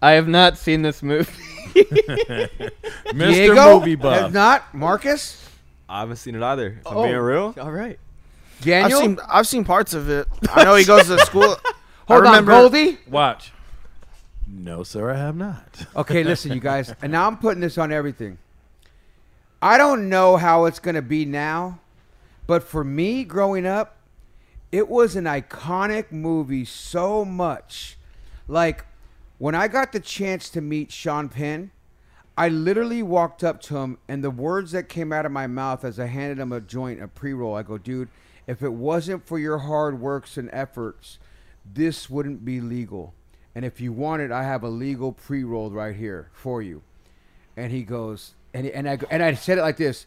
[SPEAKER 6] I have not seen this movie.
[SPEAKER 8] Mr.
[SPEAKER 4] Diego
[SPEAKER 8] Movie Buff.
[SPEAKER 4] has not. Marcus?
[SPEAKER 8] I haven't seen it either. If
[SPEAKER 5] Oh,
[SPEAKER 8] I'm being real.
[SPEAKER 6] All right.
[SPEAKER 4] Daniel?
[SPEAKER 5] I've seen, I've seen parts of it. I know he goes to school. I
[SPEAKER 4] Hold on,
[SPEAKER 5] remember-
[SPEAKER 4] Goldie.
[SPEAKER 7] Watch. No, sir, I have not.
[SPEAKER 4] Okay, listen, you guys. And now I'm putting this on everything. I don't know how it's going to be now, but for me growing up, it was an iconic movie so much. Like, when I got the chance to meet Sean Penn, I literally walked up to him, and the words that came out of my mouth as I handed him a joint, a pre roll, I go, dude, if it wasn't for your hard works and efforts, this wouldn't be legal. And if you want it, I have a legal pre roll right here for you. And he goes, and, and, I, and I said it like this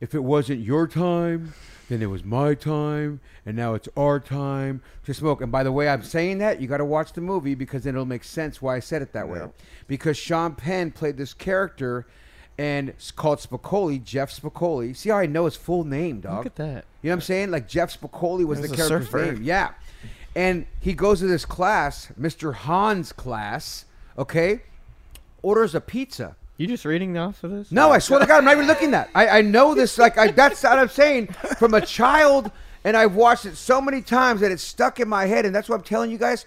[SPEAKER 4] if it wasn't your time, then it was my time, and now it's our time to smoke. And by the way, I'm saying that you got to watch the movie because then it'll make sense why I said it that way. Because Sean Penn played this character, and it's called Spicoli, Jeff Spicoli. See how I know his full name, dog.
[SPEAKER 6] Look at that.
[SPEAKER 4] You know what I'm saying? Like Jeff Spicoli was,
[SPEAKER 5] He was
[SPEAKER 4] the
[SPEAKER 5] a
[SPEAKER 4] character's
[SPEAKER 5] surfer.
[SPEAKER 4] name. Yeah. And he goes to this class, Mr. Hans class, okay? Orders a pizza.
[SPEAKER 6] You just reading off of this?
[SPEAKER 4] No, I swear to God, I'm not even looking that. I, I know this. Like I, that's what I'm saying from a child, and I've watched it so many times that it's stuck in my head, and that's what I'm telling you guys.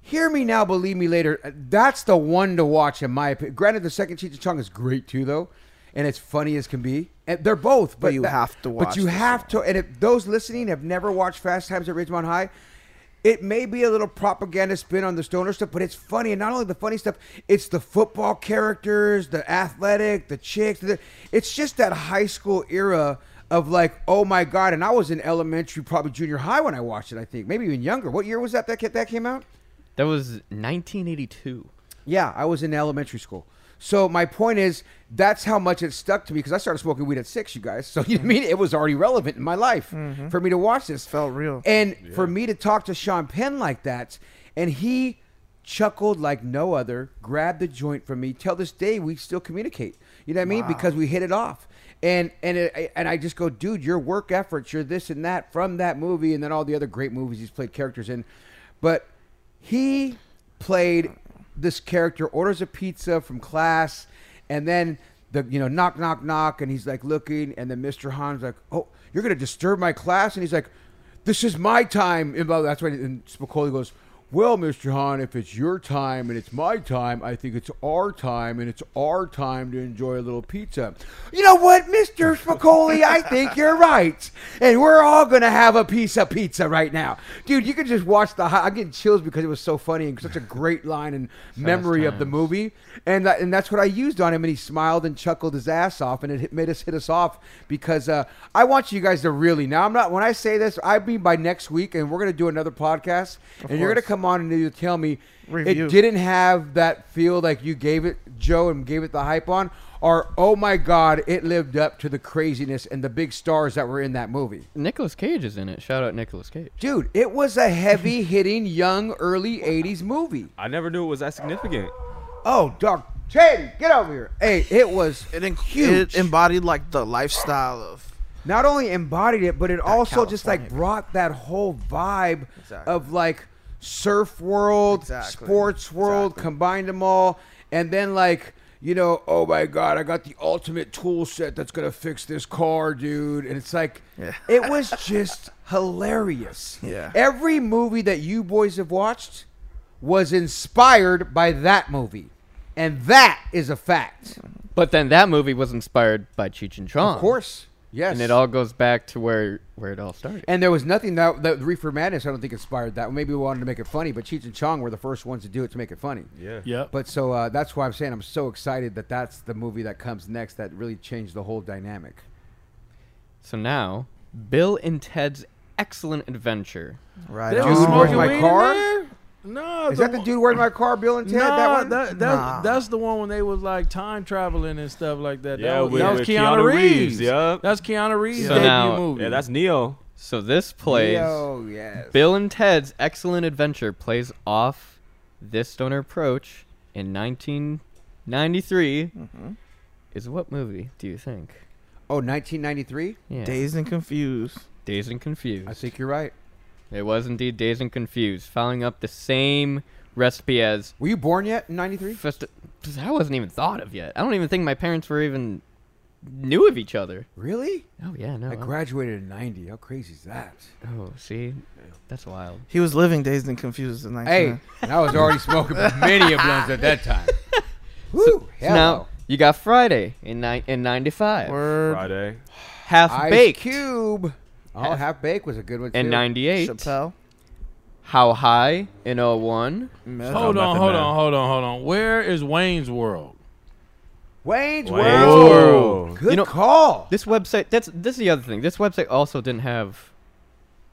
[SPEAKER 4] Hear me now, believe me later. That's the one to watch, in my opinion. Granted, the second Cheech and Chong is great too, though, and it's funny as can be. And they're both, but
[SPEAKER 5] you
[SPEAKER 4] that-
[SPEAKER 5] have to
[SPEAKER 4] But
[SPEAKER 5] watch
[SPEAKER 4] you
[SPEAKER 5] this
[SPEAKER 4] have to. And if those listening have never watched Fast Times at Ridgemont High, it may be a little propaganda spin on the stoner stuff, but it's funny. And not only the funny stuff, it's the football characters, the athletic, the chicks. The, it's just that high school era of like, oh my God. And I was in elementary, probably junior high when I watched it, I think. Maybe even younger. What year was that that, ca- that came out?
[SPEAKER 6] That was 1982.
[SPEAKER 4] Yeah, I was in elementary school. So my point is, that's how much it stuck to me because I started smoking weed at six, you guys. So you know what I mean? It was already relevant in my life for me to watch this.
[SPEAKER 5] Mm-hmm. Felt real.
[SPEAKER 4] And for me to talk to Sean Penn like that, and he chuckled like no other, grabbed the joint from me. Till this day, we still communicate. You know what I mean? Because we hit it off. And and it, and I just go, dude, your work efforts, your this and that from that movie, and then all the other great movies he's played characters in. But he played this character, orders a pizza from class, and then the you know knock knock knock, and he's like looking, and then Mr. Han's like, oh, you're gonna disturb my class, and he's like, this is my time. And blah, that's when and Spicoli goes, well, Mr. Hahn, if it's your time and it's my time, I think it's our time and it's our time to enjoy a little pizza. You know what, Mr. Spicoli, I think you're right. And we're all going to have a piece of pizza right now. Dude, you can just watch the hi- I'm getting chills because it was so funny and such a great line and memory of the
[SPEAKER 6] times.
[SPEAKER 4] movie. And that, and that's what I used on him and he smiled and chuckled his ass off and it hit, made us hit us off because uh, I want you guys to really Now, I'm not when I say this, I mean by next week and we're going to do another podcast and you're going to
[SPEAKER 5] course.
[SPEAKER 4] come on and you tell me
[SPEAKER 5] Review.
[SPEAKER 4] it didn't have that feel like you gave it Joe and gave it the hype on or oh my god it lived up to the craziness and the big stars that were in that movie
[SPEAKER 6] Nicolas Cage is in it. Shout out Nicolas Cage.
[SPEAKER 4] dude it was a heavy hitting young early 80s movie
[SPEAKER 8] I never knew it was that significant.
[SPEAKER 4] oh dog Teddy get over here hey it was
[SPEAKER 5] It, inc-
[SPEAKER 4] Huge.
[SPEAKER 5] it embodied like the lifestyle of
[SPEAKER 4] not only embodied it, but it also just like
[SPEAKER 5] California.
[SPEAKER 4] brought that whole vibe
[SPEAKER 5] Exactly.
[SPEAKER 4] of like surf world,
[SPEAKER 5] Exactly.
[SPEAKER 4] sports world, combined them all, and then like you know, oh my god, I got the ultimate tool set that's gonna fix this car, dude, and it's like it was just hilarious.
[SPEAKER 5] Yeah.
[SPEAKER 4] every movie that you boys have watched was inspired by that movie, and that is a fact.
[SPEAKER 6] But then that movie was inspired by Cheech and Chong.
[SPEAKER 4] Of course. Yes.
[SPEAKER 6] and it all goes back to where where it all started.
[SPEAKER 4] And there was nothing that, that Reefer Madness, I don't think, inspired that. Maybe we wanted to make it funny, but Cheech and Chong were the first ones to do it to make it funny.
[SPEAKER 8] Yeah.
[SPEAKER 7] Yep.
[SPEAKER 4] But so uh, that's why I'm saying I'm so excited that that's the movie that comes next that really changed the whole dynamic.
[SPEAKER 6] So now, Bill and Ted's Excellent Adventure.
[SPEAKER 5] Right.
[SPEAKER 7] They
[SPEAKER 4] Dude,
[SPEAKER 7] were
[SPEAKER 4] where's
[SPEAKER 7] smoking
[SPEAKER 4] my
[SPEAKER 7] weed in
[SPEAKER 4] car?
[SPEAKER 7] there? No,
[SPEAKER 4] Is that the dude wearing my car, Bill and Ted? that one?
[SPEAKER 7] That, that's, that's the one when they was like time traveling and stuff like that.
[SPEAKER 8] Yeah,
[SPEAKER 7] that was,
[SPEAKER 8] with-
[SPEAKER 7] that was
[SPEAKER 8] with
[SPEAKER 7] Keanu,
[SPEAKER 8] Keanu
[SPEAKER 7] Reeves.
[SPEAKER 8] Reeves, yep.
[SPEAKER 7] That's Keanu Reeves'
[SPEAKER 6] So
[SPEAKER 7] debut
[SPEAKER 6] now-
[SPEAKER 7] movie.
[SPEAKER 8] Yeah, that's Neo.
[SPEAKER 6] So this plays
[SPEAKER 4] Oh, yes.
[SPEAKER 6] Bill and Ted's Excellent Adventure plays off this stoner approach in 1993.
[SPEAKER 4] Mm-hmm.
[SPEAKER 6] Is what movie do you think?
[SPEAKER 4] Oh, 1993?
[SPEAKER 6] Yeah.
[SPEAKER 5] Dazed and confused.
[SPEAKER 6] Dazed and Confused.
[SPEAKER 4] I think you're right.
[SPEAKER 6] It was indeed Dazed and Confused, following up the same recipe as
[SPEAKER 4] Were you born yet in 93?
[SPEAKER 6] Fest- I wasn't even thought of yet. I don't even think my parents were even knew of each other.
[SPEAKER 4] Really?
[SPEAKER 6] Oh yeah, no.
[SPEAKER 4] I graduated in 90. How crazy is that?
[SPEAKER 6] oh, see, that's wild.
[SPEAKER 5] He was living dazed and confused in 19.
[SPEAKER 4] Hey, and I was already smoking many of blunts at that time. Woo,
[SPEAKER 6] So now you got Friday in ni- in '95,
[SPEAKER 5] Word.
[SPEAKER 8] Friday.
[SPEAKER 6] Half
[SPEAKER 4] Ice
[SPEAKER 6] Baked
[SPEAKER 4] Cube. Oh, Half Baked was a good one, too.
[SPEAKER 6] in '98,
[SPEAKER 5] Chappelle.
[SPEAKER 6] How High in '01,
[SPEAKER 5] Meth.
[SPEAKER 7] hold
[SPEAKER 8] Oh,
[SPEAKER 7] on,
[SPEAKER 8] Method
[SPEAKER 7] hold
[SPEAKER 8] Man.
[SPEAKER 7] on, hold on, hold on. Where is Wayne's World?
[SPEAKER 4] Wayne's
[SPEAKER 8] Wayne's
[SPEAKER 4] World.
[SPEAKER 8] World.
[SPEAKER 4] Good
[SPEAKER 6] You know-
[SPEAKER 4] call.
[SPEAKER 6] This website that's this is the other thing. This website also didn't have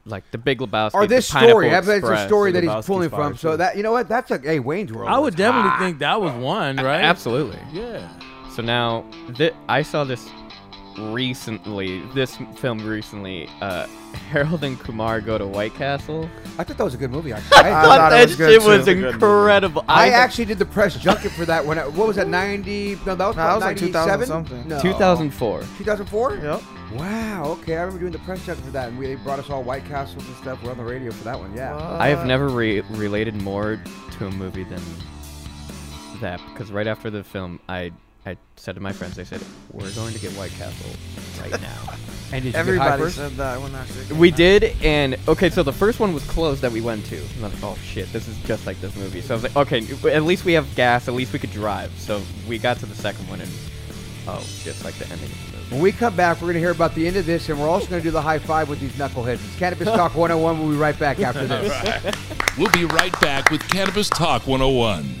[SPEAKER 6] like the Big Lebowski
[SPEAKER 4] Or this
[SPEAKER 6] the Pineapple
[SPEAKER 4] story. I bet it's a
[SPEAKER 6] Express.
[SPEAKER 4] story
[SPEAKER 8] the
[SPEAKER 4] that he's
[SPEAKER 8] Lebowski's
[SPEAKER 4] pulling from.
[SPEAKER 8] fire,
[SPEAKER 4] So
[SPEAKER 8] too.
[SPEAKER 4] that you know what? That's a hey Wayne's World.
[SPEAKER 7] I
[SPEAKER 4] was
[SPEAKER 7] would definitely think that was one, right?
[SPEAKER 6] Absolutely.
[SPEAKER 7] Yeah.
[SPEAKER 6] So now thi I saw this recently. This film recently. Uh, Harold and Kumar go to White Castle.
[SPEAKER 4] I thought that was a good movie. Actually. I,
[SPEAKER 5] I thought it was good,
[SPEAKER 6] shit
[SPEAKER 5] too.
[SPEAKER 6] was
[SPEAKER 5] It's a good movie.
[SPEAKER 6] incredible.
[SPEAKER 4] I actually did the press junket for that when I, what was that ninety? No, that was,
[SPEAKER 5] No,
[SPEAKER 4] what,
[SPEAKER 5] that was like 2000
[SPEAKER 4] 97?
[SPEAKER 5] something.
[SPEAKER 4] No.
[SPEAKER 6] 2004.
[SPEAKER 4] 2004?
[SPEAKER 5] Yep.
[SPEAKER 4] Wow. Okay, I remember doing the press junket for that, and we they brought us all White Castles and stuff. We're on the radio for that one. Yeah.
[SPEAKER 6] I have never re- related more to a movie than that because right after the film, I I said to my friends, I said, "We're going to get White Castle right now."
[SPEAKER 4] And did
[SPEAKER 5] Everybody said that when that shit came
[SPEAKER 6] We
[SPEAKER 5] out.
[SPEAKER 6] did, and okay, so the first one was closed that we went to. And I was like, oh shit, this is just like this movie. So I was like, okay, at least we have gas, at least we could drive. So we got to the second one, and oh, just like the ending of the movie.
[SPEAKER 4] When we come back, we're going to hear about the end of this, and we're also going to do the high five with these knuckleheads. It's Cannabis Talk 101. We'll be right back after this.
[SPEAKER 3] We'll be right back with Cannabis Talk 101.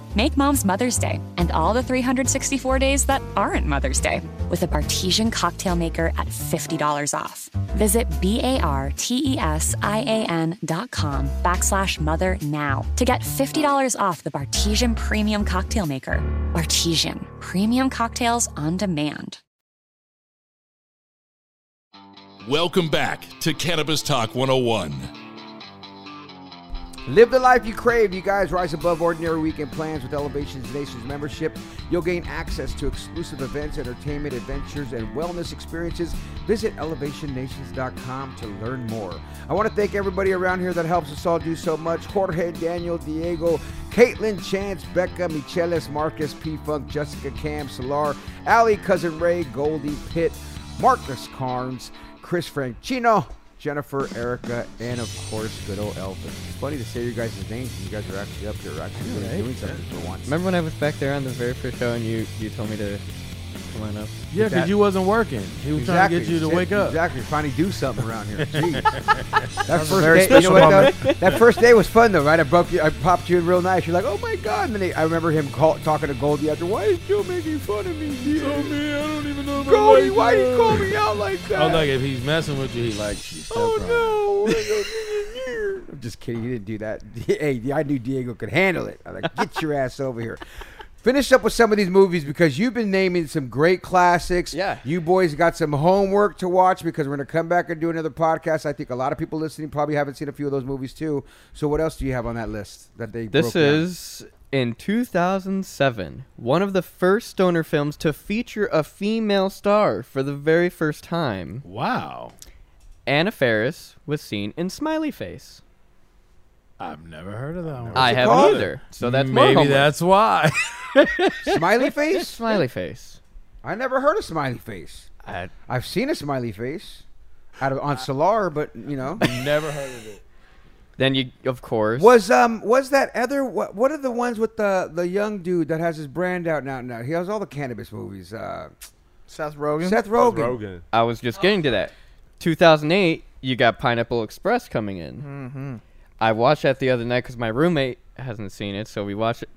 [SPEAKER 10] Make mom's Mother's Day and all the 364 days that aren't Mother's Day with a Bartesian cocktail maker at $50 off. Visit B A R T E S I A N dot com backslash mother now to get $50 off the Bartesian Premium Cocktail Maker. Bartesian, premium cocktails on demand.
[SPEAKER 3] oh Welcome back to Cannabis Talk 101.
[SPEAKER 4] Live the life you crave. You guys rise above ordinary weekend plans with Elevations Nation's membership. You'll gain access to exclusive events, entertainment, adventures, and wellness experiences. Visit elevationnations.com to learn more. I want to thank everybody around here that helps us all do so much Jorge, Daniel, Diego, Caitlin, Chance, Becca, Michelis, Marcus, P Funk, Jessica, Cam, Solar, Ali, Cousin Ray, Goldie, Pitt, Marcus Carnes, Chris Franchino, Jennifer, Erica, and of course, good old Elvin. It's funny to say your guys' names. and You guys are actually up here, actually really
[SPEAKER 6] Right.
[SPEAKER 4] doing something for once.
[SPEAKER 6] Remember when I was back there on the very first show and you you told me to come on up?
[SPEAKER 7] Yeah, because you wasn't working. He was trying to get
[SPEAKER 4] Exactly.
[SPEAKER 7] you to
[SPEAKER 4] Shit,
[SPEAKER 7] wake up.
[SPEAKER 4] Exactly, finally do something around here. Jeez.
[SPEAKER 7] That
[SPEAKER 4] that
[SPEAKER 7] was a
[SPEAKER 4] first
[SPEAKER 7] very
[SPEAKER 4] day, you know
[SPEAKER 7] special
[SPEAKER 4] what, though?
[SPEAKER 7] moment.
[SPEAKER 4] That first day was fun though, right? I broke you, I popped you in real nice. You're like, oh my god! And then they, I remember him call, talking to Goldie after, why is Joe making fun of me? dude? Goldie, why did you call me out like that?
[SPEAKER 7] I was like, if he's messing with you, he like, she's
[SPEAKER 4] Oh,
[SPEAKER 7] no.
[SPEAKER 4] I'm just kidding. You didn't do that. Hey, I knew Diego could handle it. I'm like, get your ass over here. Finish up with some of these movies because you've been naming some great classics. Yeah. You boys got some homework to watch because we're going to come back and do another podcast. I think a lot of people listening probably haven't seen a few of those movies too. So, what else do you have on that list that they broke
[SPEAKER 6] This
[SPEAKER 4] down?
[SPEAKER 6] is in 2007, one of the first stoner films to feature a female star for the very first time.
[SPEAKER 7] Wow.
[SPEAKER 6] Anna Faris was seen in Smiley Face.
[SPEAKER 7] I've never heard of that one.
[SPEAKER 6] I haven't either. So that's more
[SPEAKER 7] maybe
[SPEAKER 6] homework.
[SPEAKER 7] that's why.
[SPEAKER 4] Smiley Face?
[SPEAKER 6] Smiley Face.
[SPEAKER 4] I never heard of Smiley Face.
[SPEAKER 6] I,
[SPEAKER 4] I've seen a Smiley Face out of, on Solar, but, you know.
[SPEAKER 7] never heard of it.
[SPEAKER 6] Then you, of course,
[SPEAKER 4] Was um was that other what what are the ones with the the young dude that has his brand out now now he has all the cannabis movies uh
[SPEAKER 5] Seth Rogen.
[SPEAKER 4] Seth Rogen.
[SPEAKER 6] I was just getting to that. 2008, you got Pineapple Express coming in.
[SPEAKER 5] Mm-hmm.
[SPEAKER 6] I watched that the other night because my roommate hasn't seen it, so we watched it.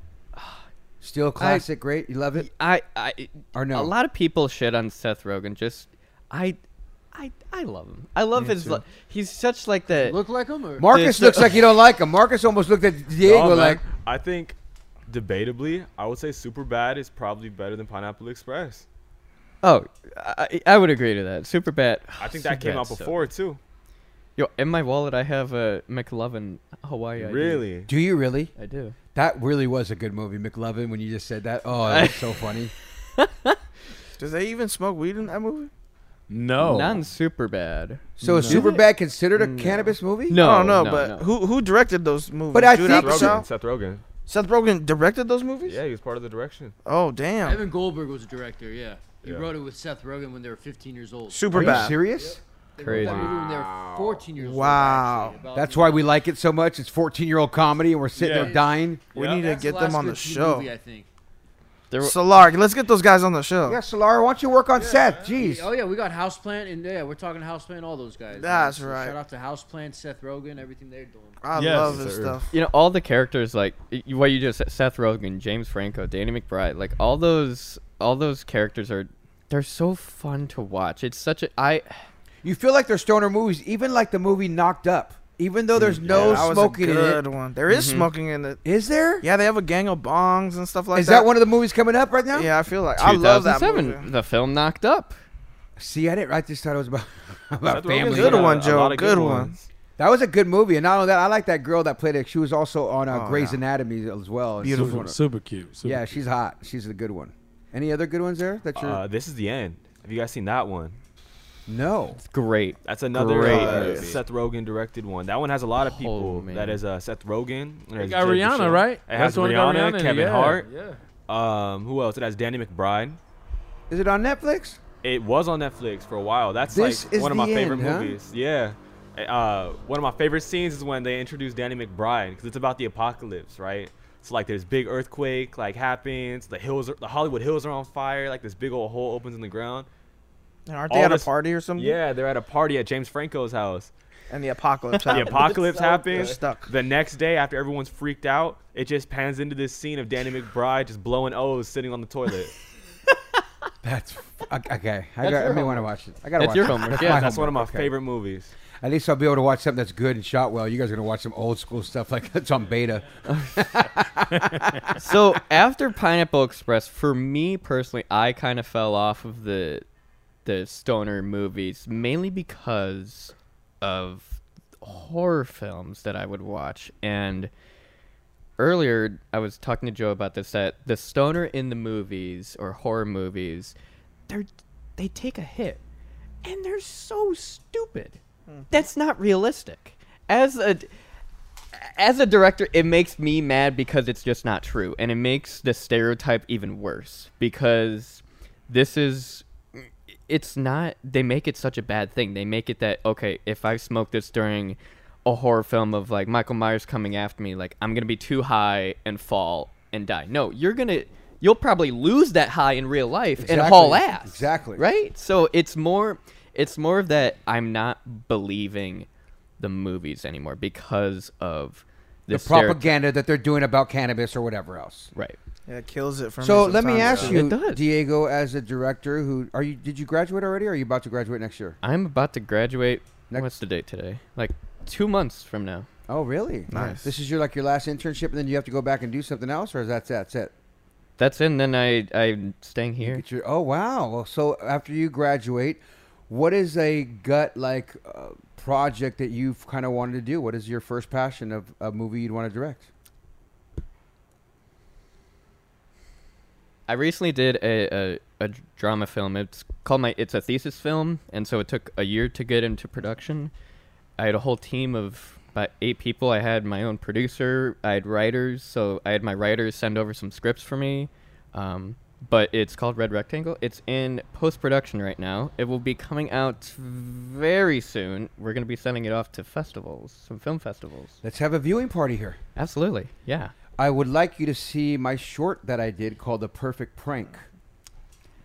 [SPEAKER 4] Still a classic, great. You love it.
[SPEAKER 6] I, I,
[SPEAKER 4] or no?
[SPEAKER 6] A lot of people shit on Seth Rogen. Just, I, I, I love him. I love his. Lo- he's such like the
[SPEAKER 5] Look like him? Or?
[SPEAKER 4] Marcus
[SPEAKER 6] the-
[SPEAKER 4] looks like you don't like him. Marcus almost looked at Diego
[SPEAKER 8] No, Oh, man.
[SPEAKER 4] like
[SPEAKER 8] I think debatably, I would say Superbad is probably better than Pineapple Express.
[SPEAKER 6] Oh, I, I would agree to that. Super bad.
[SPEAKER 8] I think that came out before too.
[SPEAKER 6] Yo, in my wallet, I have a McLovin Hawaii. ID.
[SPEAKER 8] Really?
[SPEAKER 4] Do you really?
[SPEAKER 6] I do.
[SPEAKER 4] That really was a good movie, McLovin. When you just said that, oh, that was so funny.
[SPEAKER 5] Does they even smoke weed in that movie?
[SPEAKER 7] No.
[SPEAKER 6] Not super bad.
[SPEAKER 4] So is
[SPEAKER 6] No.
[SPEAKER 4] Superbad considered a cannabis movie?
[SPEAKER 6] No,
[SPEAKER 5] I don't know,
[SPEAKER 6] no,
[SPEAKER 5] but
[SPEAKER 6] no.
[SPEAKER 5] who who directed those movies?
[SPEAKER 4] But I
[SPEAKER 5] Jude
[SPEAKER 4] think-
[SPEAKER 5] Apatow?
[SPEAKER 4] Rogen.
[SPEAKER 8] Seth Rogen.
[SPEAKER 5] Seth Rogen directed those movies.
[SPEAKER 8] Yeah, he was part of the direction.
[SPEAKER 5] Oh damn!
[SPEAKER 11] Evan Goldberg was a director. Yeah, he
[SPEAKER 8] Yeah.
[SPEAKER 11] wrote it with Seth Rogen when they were 15 years old.
[SPEAKER 5] Super Are you bad.
[SPEAKER 4] serious?
[SPEAKER 11] Yep. They wrote that
[SPEAKER 6] Crazy.
[SPEAKER 11] movie when they were 14 years old.
[SPEAKER 5] Wow.
[SPEAKER 11] actually, about-
[SPEAKER 4] That's why we like it so much. It's 14 year old comedy, and we're sitting
[SPEAKER 8] Yeah.
[SPEAKER 4] there dying.
[SPEAKER 5] We need to
[SPEAKER 11] That's
[SPEAKER 5] get
[SPEAKER 11] the
[SPEAKER 5] them
[SPEAKER 11] last
[SPEAKER 5] on the
[SPEAKER 11] good teen
[SPEAKER 5] show.
[SPEAKER 11] Movie, I think.
[SPEAKER 6] There were,
[SPEAKER 5] Solar, let's get those guys on the show.
[SPEAKER 4] Yeah, Solara, why don't you work on Seth? Jeez.
[SPEAKER 11] Oh yeah, we got Houseplant, and yeah, we're talking Houseplant, all those guys. man.
[SPEAKER 5] That's
[SPEAKER 11] So
[SPEAKER 5] right.
[SPEAKER 11] Shout out to Houseplant, Seth Rogen, everything they're doing.
[SPEAKER 5] I
[SPEAKER 7] Yes,
[SPEAKER 5] love this
[SPEAKER 7] sir.
[SPEAKER 5] stuff.
[SPEAKER 6] you know, all the characters like y- what you just said, Seth Rogen, James Franco, Danny McBride, like all those, all those characters are, they're so fun to watch. It's such a I.
[SPEAKER 4] You feel like they're stoner movies, even like the movie Knocked Up. Even though there's no
[SPEAKER 5] Mm, that
[SPEAKER 4] smoking
[SPEAKER 5] was a Mm-hmm. good
[SPEAKER 4] in it.
[SPEAKER 5] one. There is smoking in it.
[SPEAKER 4] Is there?
[SPEAKER 5] Yeah, they have a gang of bongs and stuff like
[SPEAKER 4] Is that, one of the movies coming up right now?
[SPEAKER 5] Yeah, I feel like I love that
[SPEAKER 6] 2007,
[SPEAKER 5] movie.
[SPEAKER 6] the film knocked up.
[SPEAKER 4] See, I didn't write this title. It was about, about
[SPEAKER 8] Seth Rogen's
[SPEAKER 4] family.
[SPEAKER 8] got
[SPEAKER 5] Good one,
[SPEAKER 8] a
[SPEAKER 5] Joe.
[SPEAKER 8] lot of
[SPEAKER 5] Good one.
[SPEAKER 4] That was a good movie. And not only that, I like that girl that played it. She was also on uh,
[SPEAKER 5] Oh,
[SPEAKER 4] Grey's
[SPEAKER 5] yeah.
[SPEAKER 4] Anatomy as well. And she was
[SPEAKER 5] Beautiful.
[SPEAKER 4] one
[SPEAKER 7] Super,
[SPEAKER 4] of-
[SPEAKER 7] super cute. Super
[SPEAKER 4] yeah,
[SPEAKER 7] cute.
[SPEAKER 4] she's hot. She's a good one. Any other good ones there that you're.
[SPEAKER 8] Uh, this is the end. Have you guys seen that one?
[SPEAKER 4] no.
[SPEAKER 6] Great.
[SPEAKER 8] That's another
[SPEAKER 6] Great
[SPEAKER 8] uh,
[SPEAKER 6] movie.
[SPEAKER 8] Seth Rogen directed one. That one has a lot
[SPEAKER 4] Oh,
[SPEAKER 8] of people.
[SPEAKER 6] man.
[SPEAKER 8] that is uh, Seth Rogen. It has
[SPEAKER 7] It got
[SPEAKER 8] Jake
[SPEAKER 7] Rihanna,
[SPEAKER 8] Gyllenhaal.
[SPEAKER 7] right?
[SPEAKER 8] It has
[SPEAKER 7] the one that got
[SPEAKER 8] Rihanna,
[SPEAKER 7] Rihanna in it,
[SPEAKER 8] Kevin
[SPEAKER 7] yeah,
[SPEAKER 8] Hart.
[SPEAKER 7] Yeah.
[SPEAKER 8] Um, who else? It has Danny McBride.
[SPEAKER 4] Is it on Netflix?
[SPEAKER 8] It was on Netflix for a while. That's
[SPEAKER 4] This
[SPEAKER 8] like
[SPEAKER 4] is
[SPEAKER 8] one of
[SPEAKER 4] the
[SPEAKER 8] my favorite
[SPEAKER 4] end, huh?
[SPEAKER 8] movies. Yeah. Uh, one of my favorite scenes is when they introduce Danny McBride because it's about the apocalypse, right? So like there's big earthquake like happens. The hills, are, the Hollywood hills are on fire. Like this big old hole opens in the ground.
[SPEAKER 5] Aren't they
[SPEAKER 8] All
[SPEAKER 5] at
[SPEAKER 8] this-
[SPEAKER 5] a party or something?
[SPEAKER 8] Yeah, they're at a party at James Franco's house.
[SPEAKER 5] And the apocalypse.
[SPEAKER 8] The
[SPEAKER 5] happened.
[SPEAKER 8] apocalypse
[SPEAKER 5] They're
[SPEAKER 8] happens.
[SPEAKER 5] stuck.
[SPEAKER 8] The next day, after everyone's freaked out, it just pans into this scene of Danny McBride just blowing O's sitting on the toilet.
[SPEAKER 4] That's. Okay. I, got, I may want to watch it. I got to
[SPEAKER 6] That's
[SPEAKER 4] watch
[SPEAKER 6] your
[SPEAKER 4] it.
[SPEAKER 6] homework.
[SPEAKER 4] That's
[SPEAKER 6] Yeah,
[SPEAKER 4] my
[SPEAKER 8] That's one of my
[SPEAKER 4] homework. Okay.
[SPEAKER 8] favorite movies.
[SPEAKER 4] At least I'll be able to watch something that's good and shot well. You guys are gonna watch some old school stuff like that's on beta.
[SPEAKER 6] so after Pineapple Express, for me personally, I kind of fell off of the the stoner movies mainly because of horror films that I would watch. And earlier, I was talking to Joe about this that the stoner in the movies or horror movies, they're they take a hit, and they're so stupid.
[SPEAKER 5] Hmm.
[SPEAKER 6] That's not realistic. As a as a director, it makes me mad because it's just not true, and it makes the stereotype even worse because this is it's not they make it such a bad thing. They make it that okay, if I smoke this during a horror film of like Michael Myers coming after me, like I'm going to be too high and fall and die. No, you're going to you'll probably lose that high in real life and haul
[SPEAKER 4] Exactly.
[SPEAKER 6] ass.
[SPEAKER 4] Exactly.
[SPEAKER 6] Right? So it's more it's more of that I'm not believing the movies anymore because of
[SPEAKER 4] the
[SPEAKER 6] this stereotype.
[SPEAKER 4] propaganda that they're doing about cannabis or whatever else.
[SPEAKER 6] Right.
[SPEAKER 5] Yeah, it kills it for me.
[SPEAKER 4] So let me
[SPEAKER 5] sometimes,
[SPEAKER 4] ask
[SPEAKER 5] though.
[SPEAKER 4] you, Diego, as a director, who are you? Did you graduate already? or Are you about to graduate next year?
[SPEAKER 6] I'm about to graduate. What's the date today? Like 2 months from now.
[SPEAKER 4] Oh, really?
[SPEAKER 6] Nice.
[SPEAKER 4] This is your like your last internship, and then you have to go back and do something else, or is that that's it?
[SPEAKER 6] That's it. And then I I'm staying here.
[SPEAKER 4] Get your- oh wow! Well, so after you graduate, what is a gut like uh, project that you've kind of wanted to do? What is your first passion of a movie you'd want to direct?
[SPEAKER 6] I recently did a, a, a d- drama film. It's called my. It's a thesis film, and so it took a year to get into production. I had a whole team of about eight people. I had my own producer. I had writers, so I had my writers send over some scripts for me. Um, but it's called Red Rectangle. It's in post production right now. It will be coming out very soon. We're going to be sending it off to festivals, some film festivals.
[SPEAKER 4] Let's have a viewing party here.
[SPEAKER 6] Absolutely, yeah.
[SPEAKER 4] I would like you to see my short that I did called "The Perfect Prank."